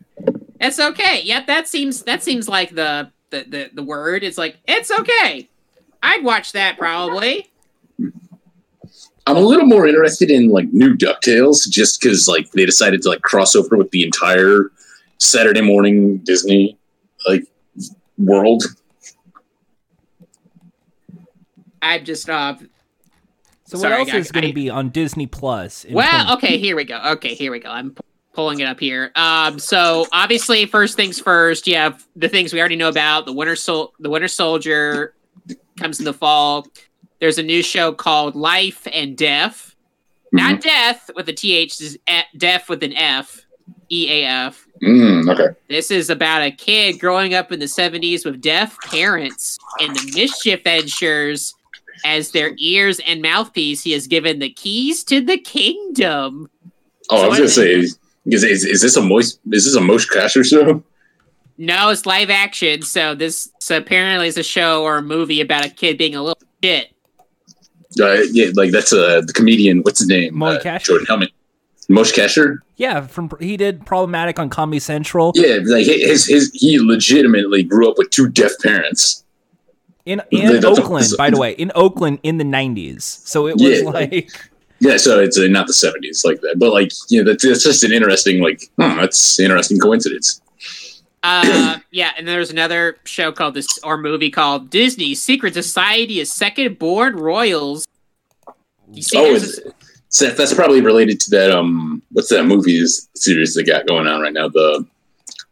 it's okay. Yep, that seems that seems like the the the, the word. It's like it's okay. I'd watch that probably.
I'm a little more interested in like new Ducktales, just because like they decided to like cross over with the entire Saturday morning Disney like world.
I'm just uh
So
Sorry,
what else
I-
is going
I-
to be on Disney Plus? in 20?
well okay here we go okay here we go I'm pu- pulling it up here. Um so obviously first things first you have the things we already know about the Winter Sol the Winter Soldier comes in the fall. There's a new show called Life and Death.
Mhm.
not death with a th is e- deaf with an f e a f
Mm, okay.
this is about a kid growing up in the 70s with deaf parents and the mischief that ensures as their ears and mouthpiece he is given the keys to the kingdom
Oh,
So
I was
I
gonna say, is, is, is this a moist? Is this a Mosh Crasher show?
no it's live action so this so apparently it's a show or a movie about a kid being a little shit
Uh, yeah, like that's uh, the comedian. What's his name?
Moe
uh,
Casher?
Jordan Hellman. Mosh Casher.
yeah, from he did problematic on Comedy Central.
Yeah, like his his he legitimately grew up with two deaf parents.
in in
Yeah, that's what-
Oakland, by the way, in Oakland in the '90s. So it was
Yeah.
like
Yeah, so it's uh, not the seventies like that, but like you know, that's, that's just an interesting like hmm, that's an interesting coincidence.
Uh, yeah, and there's another show called this or movie called Disney Secret Society of Second Born Royals. You see,
oh,
there's
it's-
this-
so that's probably related to that. Um, what's that movie is series they got going on right now? The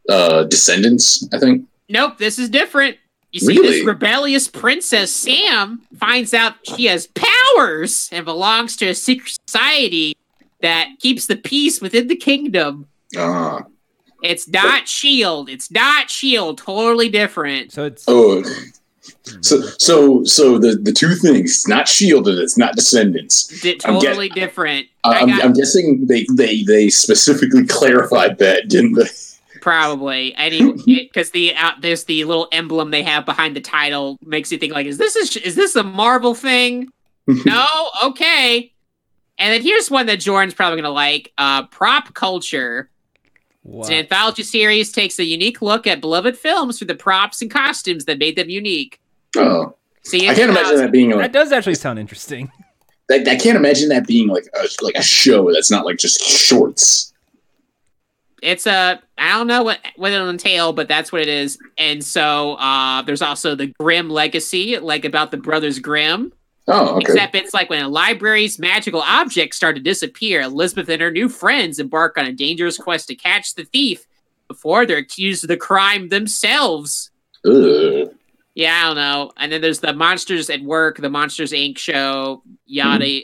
uh, Descendants, I think.
nope, this is different. You see,
Really?
this rebellious princess Sam finds out she has powers and belongs to a secret society that keeps the peace within the kingdom.
Uh,
It's not Shield. E It's not Shield. E Totally different.
so it's
oh, so so so the the two things, it's not Shield and it's not Descendants.
Di-
I'm get-
totally different.
I,
I
I'm,
got-
I'm guessing they they they specifically clarified that, didn't they?
Probably any because the uh, there's the little emblem they have behind the title makes you think like is this is is this a Marvel thing? no, okay. And then here's one that Jordan's probably gonna like. Uh, Prop Culture.
wow.
It's an anthology series takes a unique look at beloved films through the props and costumes that made them unique.
Oh,
See,
I
it's uh,
can't imagine that being like
that does actually sound interesting.
I, I can't imagine that being like a, like a show that's not like just shorts.
it's a I don't know what what it'll entail, but that's what it is. And so uh, there's also the Grimm legacy, like about the brothers Grimm.
Oh, okay.
Except it's like when a library's magical objects start to disappear, Elizabeth and her new friends embark on a dangerous quest to catch the thief before they're accused of the crime themselves.
Ugh.
Yeah, I don't know. And then there's the Monsters at Work, the Monsters Inc. show, yada.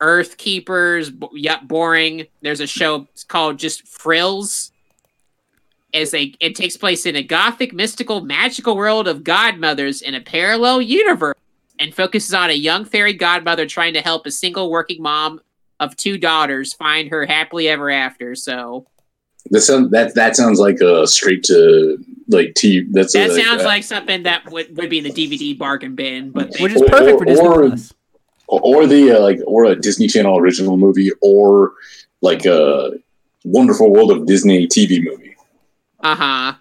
Earth Keepers, b- yeah, boring. There's a show it's called just Frills. As a, it takes place in a gothic, mystical, magical world of godmothers in a parallel universe, and focuses on a young fairy godmother trying to help a single working mom of two daughters find her happily ever after. So
That sounds that that sounds like a straight to like T. That's
that
a,
sounds
uh,
like something that would, would be in the DVD bargain bin, but they-
Which is perfect for Disney
Or-
Plus.
or the uh, like or a Disney Channel original movie or like a Wonderful World of Disney TV movie.
Uh-huh.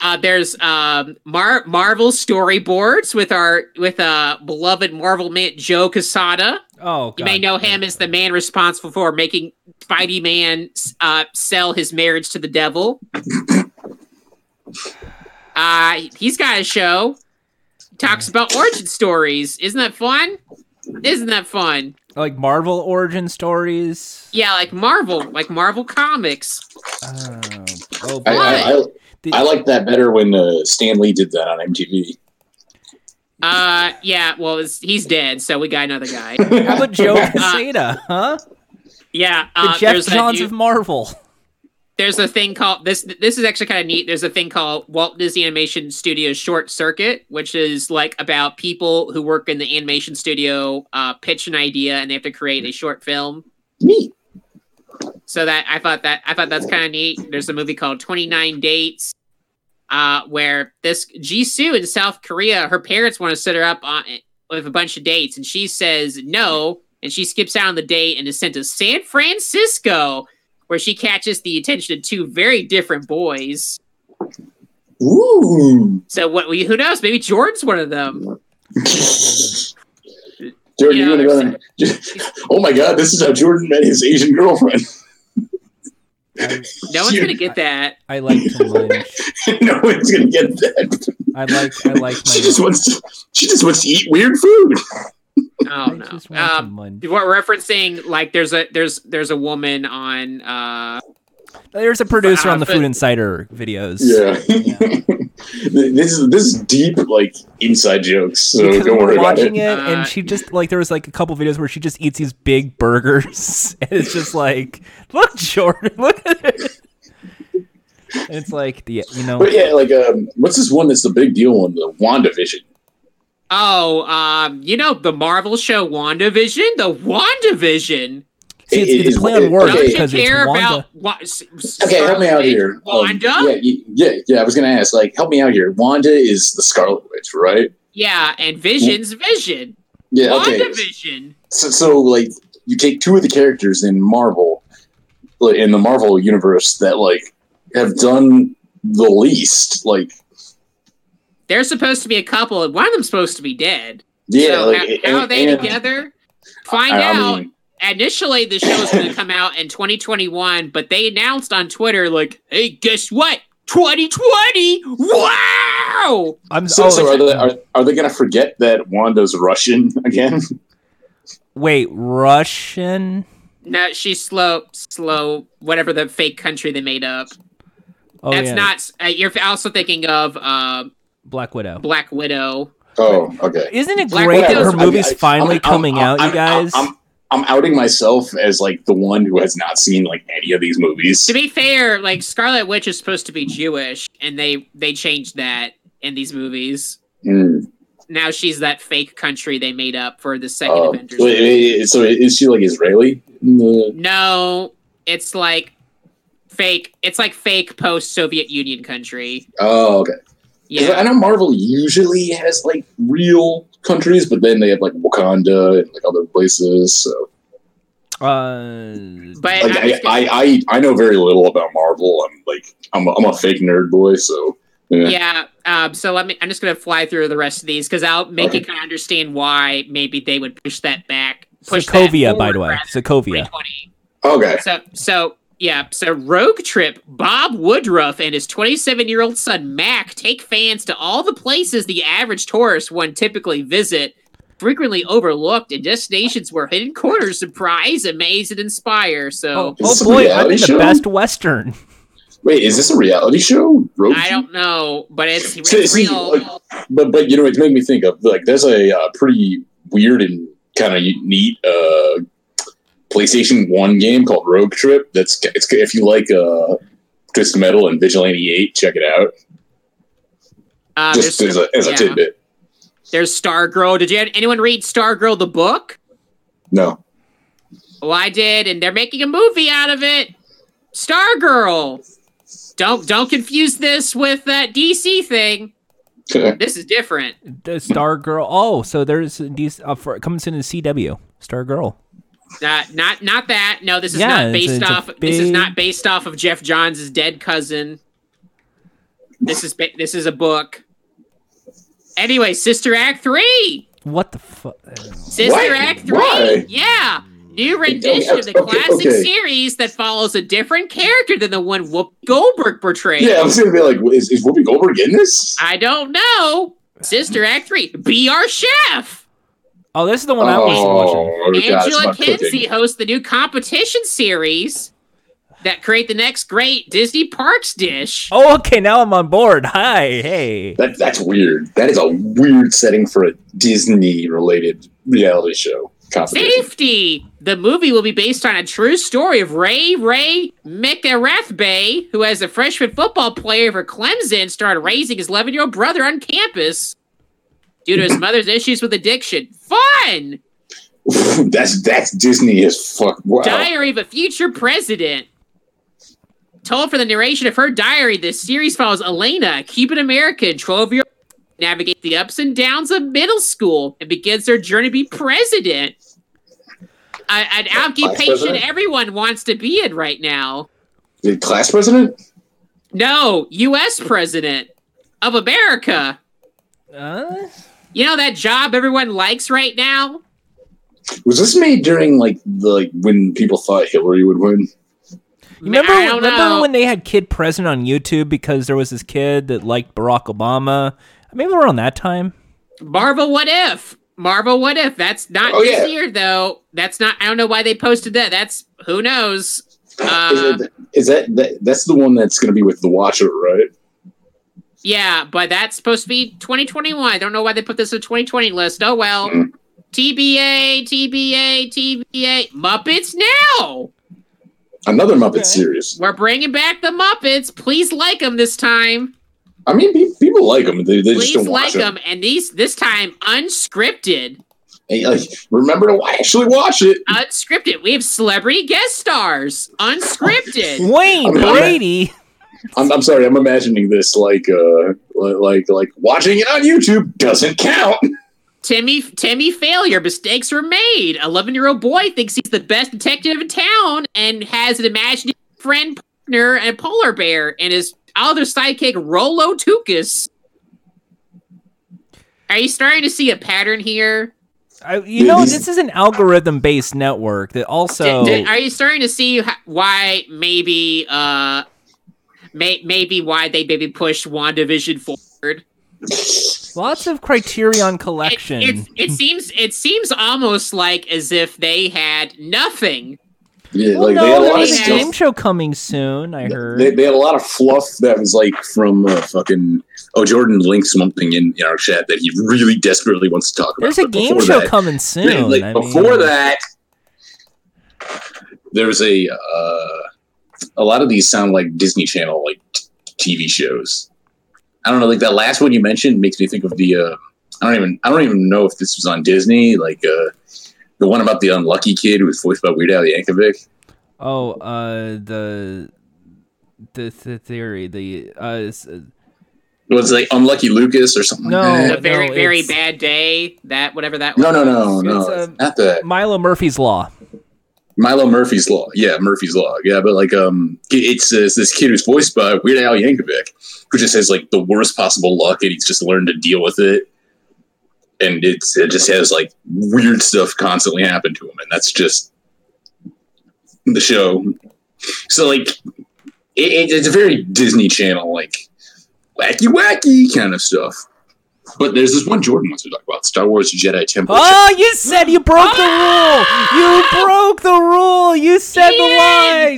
Uh there's um Mar- Marvel storyboards with our with uh beloved Marvel mint Joe Casada.
Oh, God.
You may know him as the man responsible for making Spidey Man uh sell his marriage to the devil. uh he's got a show. He talks about origin stories. Isn't that fun? Isn't that fun?
like Marvel origin stories.
Yeah, like Marvel, like Marvel Comics.
Oh, oh boy.
I I, I,
Did-
I liked that better when uh, Stan Lee did that on MTV.
Uh yeah, well it's, he's dead, so we got another guy.
How about Joe Casada, huh?
Yeah,
The
uh,
Jeff
there's,
Johns
a new-
of Marvel.
there's a thing called this. This is actually kind of neat. There's a thing called Walt Disney Animation Studio Short Circuit, which is like about people who work in the animation studio uh, pitch an idea and they have to create a short film.
Neat.
So that I thought that I thought that's kind of neat. There's a movie called 29 Dates, uh, where this Jisoo in South Korea, her parents want to set her up on eh, with a bunch of dates, and she says no, and she skips out on the date and is sent to San Francisco, where she catches the attention of two very different boys.
Ooh.
So what? we- Who knows? Maybe Jordan's one of them.
Jordan,
Yeah,
you
there's-
want to go? Oh my God! This is how Jordan met his Asian girlfriend.
I,
No one's gonna get that.
I like to lunch.
no one's gonna get that.
I like I like my
She just wants to. She just wants to eat weird food.
Oh
I
no.
just want
Um,
to munch.
we're referencing like there's a there's there's a woman on uh
There's a producer on the
but-
Food Insider videos.
Yeah. this is this is deep, like inside jokes. So
because
don't
we
worry
were
about it.
watching it,
Uh,
and she just like there was like a couple videos where she just eats these big burgers, and it's just like, look, Jordan, look at it. And it's like the you know
But yeah, like um, what's this one that's the big deal one? The WandaVision.
Oh, um, you know the Marvel show WandaVision, the WandaVision.
see, it's,
It- it
it's
is-
play on
it-
words
okay.
Don't you
because it's
care
Wanda.
about wa- s- s-
Okay, help me out
Scarlet Witch?
here. Um,
Wanda?
yeah, y- yeah, yeah. I was gonna ask, like, help me out here. Wanda is the Scarlet Witch, right?
yeah, and Vision's Vision.
Yeah. Okay.
WandaVision.
so, so like you take two of the characters in Marvel like, in the Marvel universe that like have done the least like
There's supposed to be a couple, and one of them's supposed to be dead.
yeah
so
like,
how,
and-
how are they
and-
together? Find
I- I
out.
mean-
Initially, the show was going to come out in 2021, but they announced on Twitter, like, "Hey, guess what? 2020! Wow!"
I'm
so,
oh,
so are
it's-
they are, are they gonna forget that Wanda's Russian again?
wait Russian.
No, she's slow, slow, whatever the fake country they made up.
Oh
That's
yeah,
not. Uh, you're also thinking of uh,
Black Widow.
Black Widow.
Oh, okay.
Isn't it
Black
great that
Widow.
her
I mean,
movie's
I- I'm-
finally
I'm-
coming
I'm-
out,
I'm-
you guys?
I'm, I'm outing myself as like the one who has not seen like any of these movies.
To be fair, like Scarlet Witch is supposed to be Jewish, and they they changed that in these movies.
Mm.
Now she's that fake country they made up for the second
Uh,
Avengers.
wait, wait, so is she like Israeli? Mm, in the-
No, it's like fake. It's like fake post Soviet Union country.
Oh, okay. 'Cause I
Yeah,
know Marvel usually has like real countries, but then they have like Wakanda and like other places. So
uh,
but
like
I,
I, I, I, I know very little about Marvel. I'm like I'm a, I'm a fake nerd boy, so yeah.
yeah. Um, so let me. I'm just gonna fly through the rest of these because I'll make
Okay.
you kind of understand why maybe they would push that back. Push that
Sokovia, by
forward
the way,
rather than
Sokovia.
2020.
Okay.
So so Yeah, so Rogue Trip, Bob Woodruff and his 27 year old son Mac take fans to all the places the average tourist one typically visit, frequently overlooked, and destinations where hidden corners surprise, amaze, and inspire. So
Oh,
Is this a
boy, I'm in
reality
the
show?
best western.
Wait, is this a reality show? Road
I
Trip?
don't know, but it's, it's
See- see,
real.
Oh,
Um,
like- but but you know, it's made me think of like there's a uh, pretty weird and kind of neat uh, PlayStation One game called Rogue Trip. That's it's if you like uh, Twist Metal and Vigilante Eight, check it out.
Uh,
Just
there's,
as a as a
yeah.
tidbit.
there's Stargirl. Did you anyone read Stargirl the book?
No,
Well, I did, and they're making a movie out of it. Stargirl. Don't don't confuse this with that DC thing. This is different.
The Star Girl. Oh, so there's these uh, for, comes in the CW. Star Girl.
Not not not that. No, this is
Yeah,
not
it's-
based
it's a
off. This is
big-
not based off of Jeff Johns' dead cousin. This is ba- this is a book. Anyway, Sister Act three.
What the uh, fuck?
Sister
What?
Act three.
Why?
Yeah, new rendition of the
okay,
classic
okay.
series that follows a different character than the one Whoop Goldberg portrayed.
yeah, I was gonna be like, is, is Whoopi Goldberg in this?
I don't know. Sister Act three. Be our chef.
Oh, this is the one I was watching.
oh, God, it's
Angela
about
Kinsey
cooking.
hosts the new competition series that create the next great Disney Parks dish.
Oh, okay. Now I'm on board. Hi. Hey.
That, that's weird. That is a weird setting for a Disney related reality show. competition.
Safety! The movie will be based on a true story of Ray Ray McArathbay, who as a freshman football player for Clemson started raising his 11-year-old brother on campus due to his mother's issues with addiction. Fun!
that's that's Disney as fuck. Wow.
Diary of a Future President. Told for the narration of her diary, this series follows Elena, a Cuban American, 12 year old, navigate the ups and downs of middle school and begins their journey to be president. A- an occupation
president?
everyone wants to be in right now.
The class president?
No, U.S. president of America.
Uh,
You know that job everyone likes right now?
Was this made during like the like when people thought Hillary would win?
remember,
I don't
remember
know.
when they had Kid President on YouTube because there was this kid that liked Barack Obama? Maybe we're on that time.
Marvel What If. Marvel What If. That's not
Oh,
this
yeah.
year though. That's not I don't know why they posted that. That's who knows. Uh,
is, it, is that, that that's the one that's going to be with the Watcher, right?
yeah, but that's supposed to be 2021. I don't know why they put this in the 2020 list. Oh well.
Mm.
TBA, TBA, TBA. Muppets now.
Another Muppet
Okay.
series.
We're bringing back the Muppets. Please like them this time.
I mean, pe- people like them. They, they just
Please
don't
like
watch them.
them. And these this time unscripted.
Hey, like, remember to actually watch it.
Unscripted. We have celebrity guest stars. Unscripted.
Wayne
I'm- I'm-
Brady.
I'm, I'm sorry. I'm imagining this like uh li- like like watching it on YouTube doesn't count.
Timmy Timmy failure. Mistakes were made. Eleven year old boy thinks he's the best detective in town and has an imaginary friend partner and polar bear and his other sidekick Rolo Tukas. Are you starting to see a pattern here?
I, you know, this is an algorithm-based network that
D-
also.
d- are you starting to see h- why maybe uh may- maybe why they maybe pushed WandaVision forward?
Lots of Criterion
It-
collection.
it's- it seems it seems almost like as if they had nothing
Yeah,
well,
like they
no,
had a
there
lot of
was a
stuff.
game show coming soon. I heard.
They, they had a lot of fluff that was like from uh, fucking. Oh, Jordan linked something in, in our chat that he really desperately wants to talk about.
There's a
but
game
before
show
that-
coming soon.
like,
I mean-
before that, there was a. Uh, a lot of these sound like Disney Channel like t- TV shows. I don't know. Like that last one you mentioned makes me think of the. Uh, I don't even. I don't even know if this was on Disney. Like uh, the one about the unlucky kid who was voiced by Weird Al Yankovic.
Oh, uh, the the, the theory, the uh, s-
It was like unlucky Lucas or something.
No.
Like that.
a very
no,
very
it's-
bad day. That whatever that.
No, no, no,
was.
no.
It's, um,
not that.
Milo Murphy's Law.
Milo Murphy's Law. Yeah, Murphy's Law. Yeah, but like, um, it's, uh, it's this kid who's voiced by Weird Al Yankovic, who just has like the worst possible luck, and he's just learned to deal with it. And it's it just has like weird stuff constantly happen to him, and that's just the show. So like, it, it, it's a very Disney Channel like wacky wacky kind of stuff. But there's this one Jordan wants to talk about Star Wars Jedi Temple.
Oh, you said you broke the rule. You broke the rule. You said the
Yeah.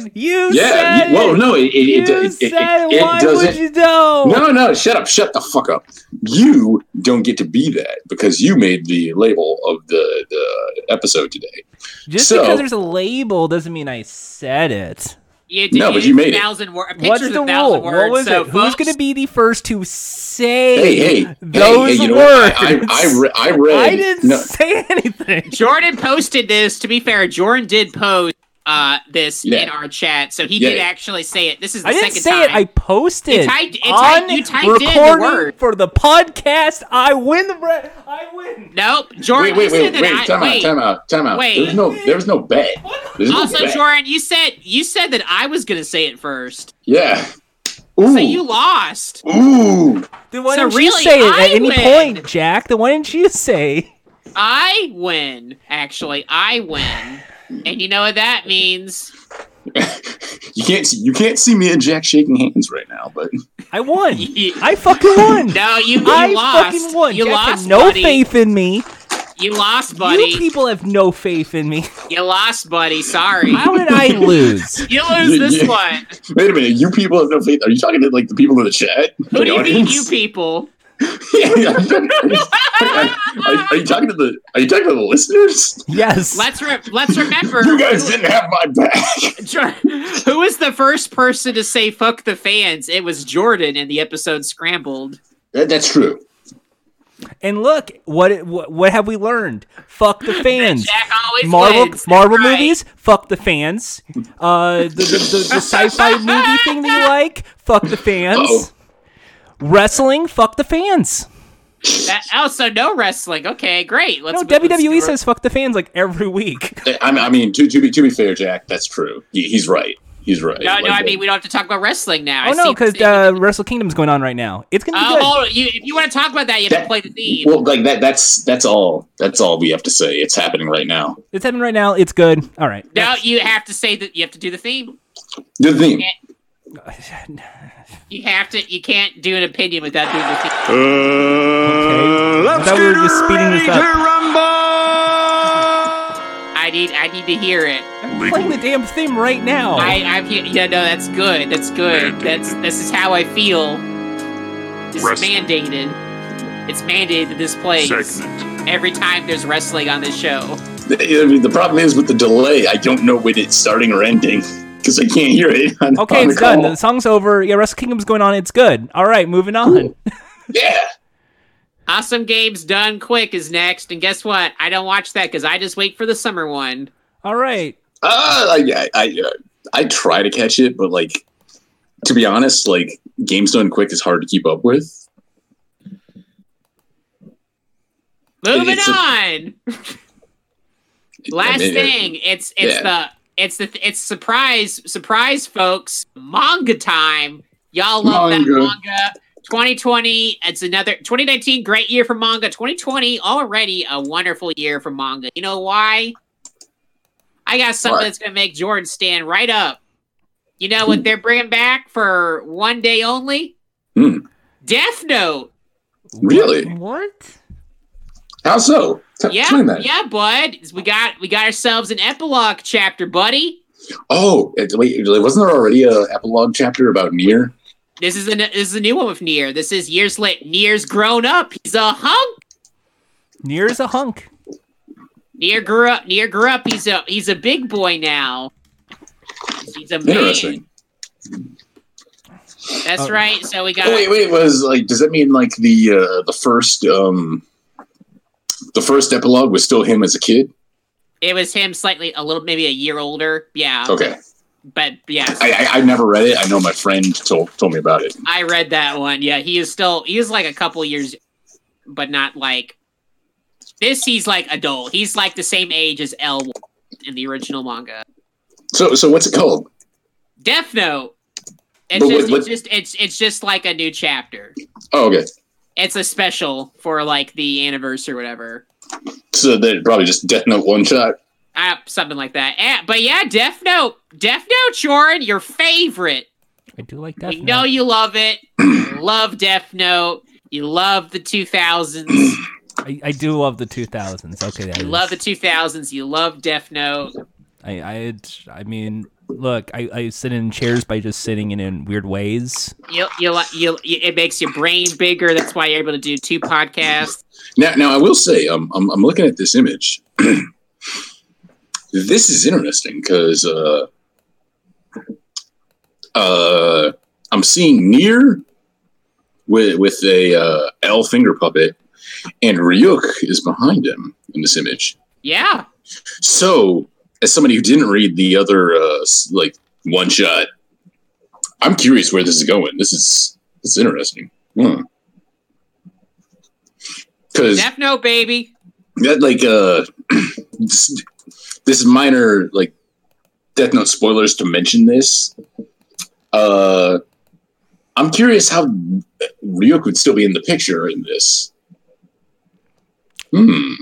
line. You
yeah.
said
you- Well, no, it
it.
it, it,
you
it, it,
said
it
Why would
doesn't.
you know?
No, no, shut up, shut the fuck up. You don't get to be that because you made the label of the, the episode today.
Just
So-
because there's a label doesn't mean I said it.
You
No, but you made it.
thousand wor-
What's
pictures
the
of thousand
rule?
words.
What was
so
it? Who's going to be the first to say
Hey, hey, hey,
those
hey, you know
words?
what? I, I, I, re- I read.
I didn't
no,
say anything.
Jordan posted this. To be fair, Jordan did post uh, this
Yeah.
in our chat, so he
Yeah.
did actually say it. This is the
I didn't
second
say
time.
it. I posted
You typed- it
on
typed- you typed in the
recording
word.
for the podcast. I win the re- I win.
nope, Jordan.
wait, wait,
you
wait,
said that
wait,
I-
time out,
wait.
time out, time out.
Wait.
There's no, there's no bet. There's no
Also,
bet.
Jordan, you said you said that I was going to say it first,
Yeah. Ooh.
so you lost.
Ooh.
Then why
So
didn't you
really,
say it
I
at any
win.
point, Jack? Then why didn't you say?
I win. Actually, I win, and you know what that means.
You can't see, you can't see me and Jack shaking hands right now, but
I won.
You-
I fucking won.
no, you, you
I
lost.
fucking won.
You
Jack had
lost,
no
buddy.
faith in me.
You lost, buddy.
You people have no faith in me.
You lost, buddy. Sorry.
How did I lose?
You lose this
Yeah.
one.
wait a minute. You people have no faith. Are you talking to like the people in the chat?
Who
The
do you think
audience?
you people?
Yeah, are, you- are you- are you talking to the Are you talking to the listeners?
Yes.
Let's re- let's remember.
You guys didn't have my back.
Who was the first person to say "fuck the fans"? It was Jordan in the episode "Scrambled."
That, that's true.
and look, what, it- what what have we learned? Fuck the fans.
Jack always
Marvel
wins.
Marvel
That's right.
movies, fuck the fans. Uh, the, the, the, the sci-fi movie thing that you like, fuck the fans.
Uh-oh.
Wrestling, fuck the fans.
That, also, no wrestling. Okay, great. Let's
No,
let's
WWE
do-
says fuck the fans like every week.
I, I mean, to, to be to be fair, Jack, that's true. He, he's right. He's right.
No, no.
Like,
I mean, we don't have to talk about wrestling now. I
Oh no,
see-
because uh, Wrestle Kingdom's going on right now. It's gonna be
Oh,
good.
hold on. You, if you want to talk about that, you have to
That-
play the theme.
well, like that. That's that's all. That's all we have to say. It's happening right now.
It's happening right now. It's good. All right.
no, you have to say that. You have to do the theme.
The theme.
You have to. You can't do an opinion without doing the theme.
Uh,
Okay. I thought we were just speeding this up.
I need. I need to hear it.
I'm playing the damn theme right now.
Oh.
I, I'm here. Yeah, no, that's good. That's good. That's this is how I feel. This
Rest-
is mandated. It's mandated that this plays
Segment.
every time there's wrestling on this show.
The, I mean, the problem is with the delay. I don't know when it's starting or ending because I can't hear it. On,
okay,
on
it's
the
done.
call.
The song's over. Yeah, Wrestle Kingdom's going on. It's good. All right, moving on.
Yeah.
Awesome games done quick is next, and guess what? I don't watch that because I just wait for the summer one.
All right.
Uh, like, I, I, uh, I try to catch it, but like, to be honest, like games done quick is hard to keep up with.
Moving
It's a-
on. Last
I mean, uh,
thing, it's it's
yeah.
the it's the it's surprise surprise folks manga time. Y'all love
Manga.
that manga. 2020, it's another 2019 great year for manga. 2020 already a wonderful year for manga. You know why? I got something
Why?
that's gonna make Jordan stand right up. You know what they're bringing back for one day only?
Hmm.
Death Note.
Really?
What?
How so? T-
Yeah,
Explain that.
yeah, bud. We got we got ourselves an epilogue chapter, buddy.
Oh, it- wait, wasn't there already a epilogue chapter about Nier?
This is a this is a new one with Nier. This is years late. Nier's grown up. He's a hunk.
Near's a hunk.
Nier grew up. Nier grew up. He's a he's a big boy now. He's a man.
Interesting.
That's
Oh.
right. So we got
Oh, wait, wait, was like, does that mean like the uh, the first um the first epilogue was still him as a kid?
it was him slightly a little maybe a year older. Yeah,
Okay,
but yeah,
I, I I never read it. I know my friend told told me about it.
I read that one. Yeah, he is still he is like a couple years, but not like this. He's like adult. He's like the same age as L in the original manga.
So so what's it called?
Death Note. It's
But what-
just,
what-
it's just it's it's just like a new chapter.
Oh, okay.
It's a special for like the anniversary or whatever.
So that probably just Death Note one shot.
uh, something like that. Eh, but yeah, Death Note, Death Note, Jordan, your favorite.
I do like
We
that.
know you love it. You love Death Note. You love the 2000s. You
I, I do love the 2000s. Okay, that is-
love the 2000s. You love Death Note.
I, I, it's- I mean, look, I, I sit in chairs by just sitting in, in weird ways.
You, you, li- you, you, it makes your brain bigger. That's why you're able to do two podcasts.
Now, now I will say, um, I'm, I'm looking at this image. this is interesting because uh, uh, I'm seeing Near with with a uh, L finger puppet, and Ryuk is behind him in this image.
Yeah.
So, as somebody who didn't read the other uh, s- like one shot, I'm curious where this is going. This is this is interesting. Hmm. Because
Death Note, baby.
that like uh this, this is minor like death note spoilers to mention this uh i'm curious how ryuk would still be in the picture in this hmm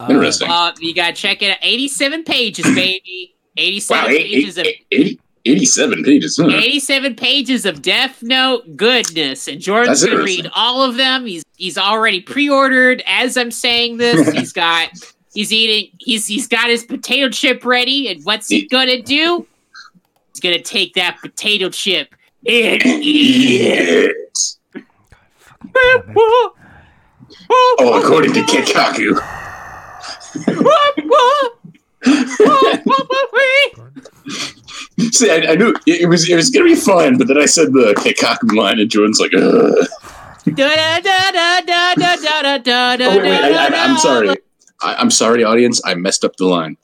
Uh,
interesting
Uh, you got to check it out. 87 pages, baby. 87
wow eight-
pages of.
eight- eight- 87 pages huh?
87 pages of Death Note goodness, and Jordan's
That's
going to
interesting.
read all of them. He's he's already pre-ordered as I'm saying this. He's got he's eating he's he's got his potato chip ready, and what's he gonna do? He's gonna take that potato chip and eat it.
Yes.
fucking damn it.
oh according to kekaku Oh, see i, I knew it, it was it was gonna be fun but then i said the kekaku line and jordan's like Ugh. Oh, wait, wait, I, I, I'm sorry. I, I'm sorry, audience. I messed up the line.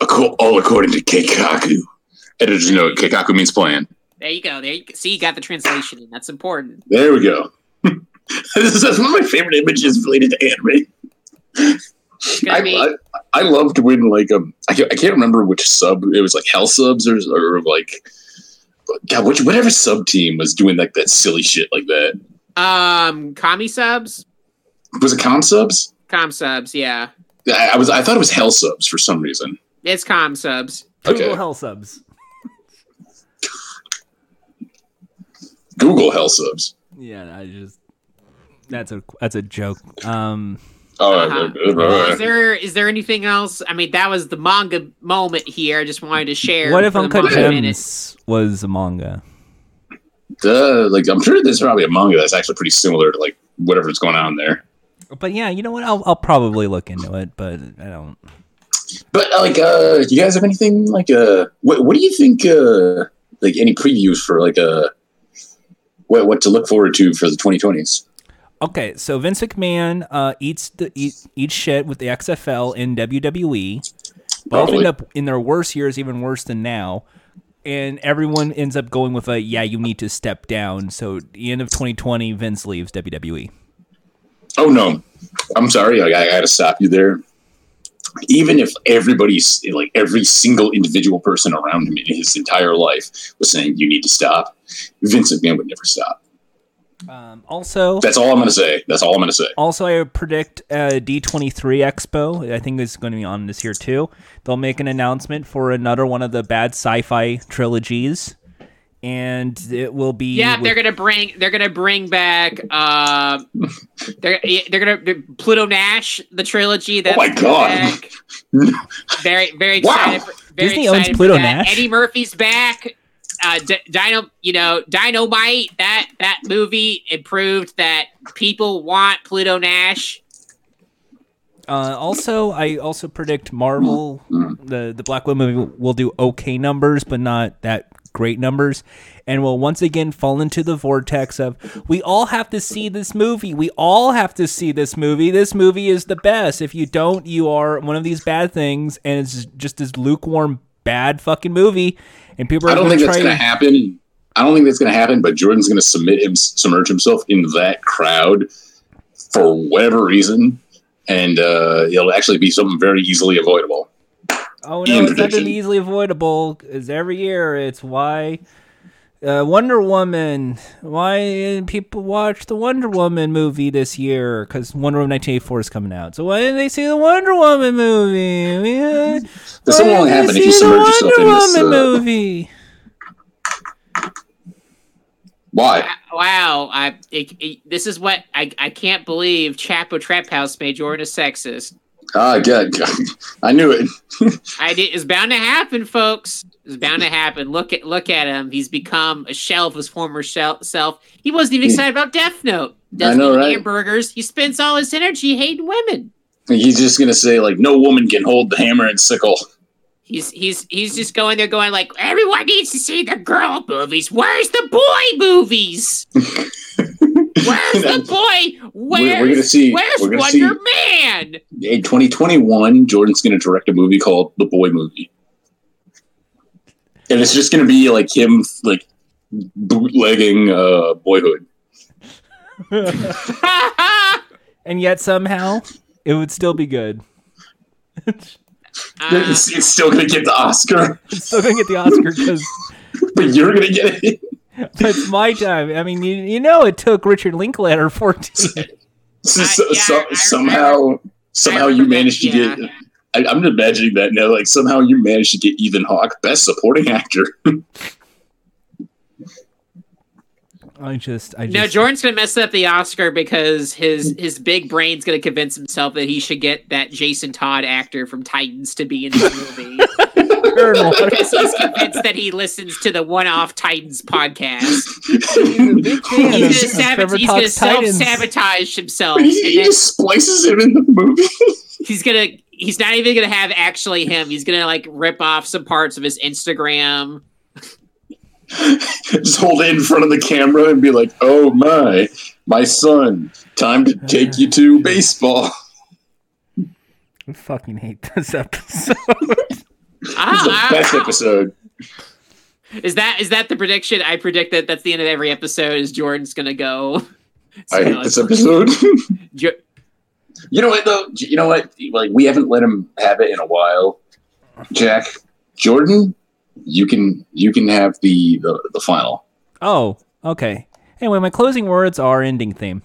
Acco- all according to Keikaku. Editors note: Keikaku means plan.
There you go. There you go. see you got the translation, and that's important.
There we go. this is one of my favorite images related to anime.
It's gonna
I,
be-
I, I loved when like um I can't, I can't remember which sub it was like Hell subs or, or like God which whatever sub team was doing like that silly shit like that
Um, commie subs,
was it com subs
com subs, yeah,
I, I was I thought it was Hell subs for some reason
it's com subs.
Google
okay
hell subs.
Google Hell subs
Yeah, I just that's a that's a joke. Um,
oh
Uh-huh.
uh,
Is there is there anything else? I mean, that was the manga moment here. I just wanted to share.
what if
for the
Uncut
manga minute.
Gems was a manga?
Duh, like I'm sure there's probably a manga that's actually pretty similar to like whatever's going on there.
But yeah, you know what? I'll I'll probably look into it, but I don't.
But like, uh, do you guys have anything like uh, what what do you think uh, like any previews for like uh, what what to look forward to for the 2020s?
Okay, so Vince McMahon uh, eats the eat, eats shit with the XFL in WWE. Both
Probably.
end up in their worst years, even worse than now. And everyone ends up going with a yeah, you need to step down. So at the end of 2020, Vince leaves E. WWE.
Oh no, I'm sorry, like, I, I gotta stop you there. Even if everybody's like every single individual person around him in his entire life was saying you need to stop, Vince McMahon would never stop.
Um, also,
That's all I'm gonna say. That's all I'm gonna say.
Also, I predict uh, D23 Expo. I think it's going to be on this year too. They'll make an announcement for another one of the bad sci-fi trilogies, and it will be
Yeah, they're
with-
gonna bring they're gonna bring back uh, they're they're gonna they're- Pluto Nash the trilogy. That's
Oh my God.
coming back. very very
Wow.
excited. For, very
Disney owns
excited for
Pluto
that.
Nash.
Eddie Murphy's back. Uh, D- Dino, you know, Dynamite. That that movie it proved that people want Pluto Nash.
uh, also. I also predict Marvel, the the Black Widow movie, will do okay numbers, but not that great numbers, and will once again fall into the vortex of we all have to see this movie. We all have to see this movie. This movie is the best. If you don't, you are one of these bad things, and it's just this lukewarm bad fucking movie. And people are
I don't
gonna
think that's
try
going
and-
to happen. I don't think that's going to happen. But Jordan's going to submit him, submerge himself in that crowd for whatever reason, and uh, it'll actually be something very easily avoidable.
Oh no,
Ian
it's
prediction.
something easily avoidable. Is every year it's why uh, Wonder Woman. Why didn't people watch the Wonder Woman movie this year? Because Wonder Woman 1984 is coming out. So why didn't they see the Wonder Woman movie? Yeah.
This
Why
will only
didn't
happen
they
if you
see the
submerge yourself in
Wonder
this.
Woman
Uh,
movie.
why?
Uh, Wow, I it, it- this is what I I can't believe Chapo Trap House made Jordan a sexist.
Ah, God, God. I knew it.
I did. It's bound to happen, folks. It's bound to happen. Look at look at him. He's become a shell of his former shell, self. He wasn't even excited about Death Note. Doesn't
know,
eat
right?
hamburgers. He spends all his energy hating women.
He's just gonna say like, no woman can hold the hammer and sickle.
He's he's he's just going there, going like, everyone needs to see the girl movies. Where's the boy movies? Where's the boy? Where's
we're gonna see-
Where's
we're gonna
Wonder Man?
In 2021, Jordan's gonna direct a movie called The Boy Movie, and it's just gonna be like him like bootlegging uh, Boyhood.
and yet somehow it would still be good.
Uh,
it's, it's still gonna get the Oscar,
It's still gonna get the Oscar because
but you're gonna get it.
it's my time. I mean, you, you know, it took Richard Linklater 14.
So,
I-
so-
yeah,
so-
I- I
somehow, somehow
I
you
remember-
managed to
yeah.
get. I, I'm imagining that now. Like somehow you managed to get Ethan Hawke Best Supporting Actor.
I just, I just.
No, Jordan's gonna mess up the Oscar because his his big brain's gonna convince himself that he should get that Jason Todd actor from Titans to be in the movie
Colonel.
because he's convinced that he listens to the one off Titans podcast.
He's a big fan
He's
of-
gonna,
of Trevor
sabotage, he's gonna
Talks
self
Titans.
sabotage himself.
he,
And
he
then
just splices him in the movie.
he's gonna he's not even gonna have actually him. He's gonna like rip off some parts of his Instagram.
just hold it in front of the camera and be like, "Oh my, my son, time to take you to baseball."
I fucking hate this episode.
It's the
Ah,
best
ah, ah.
episode.
Is that is that the prediction? I predict that that's the end of every episode. Is Jordan's gonna go?
I hate this episode.
Jo-
you know what though? You know what? Like we haven't let him have it in a while. Jack, Jordan, you can you can have the the, the final.
oh, okay. Anyway, my closing words are ending theme.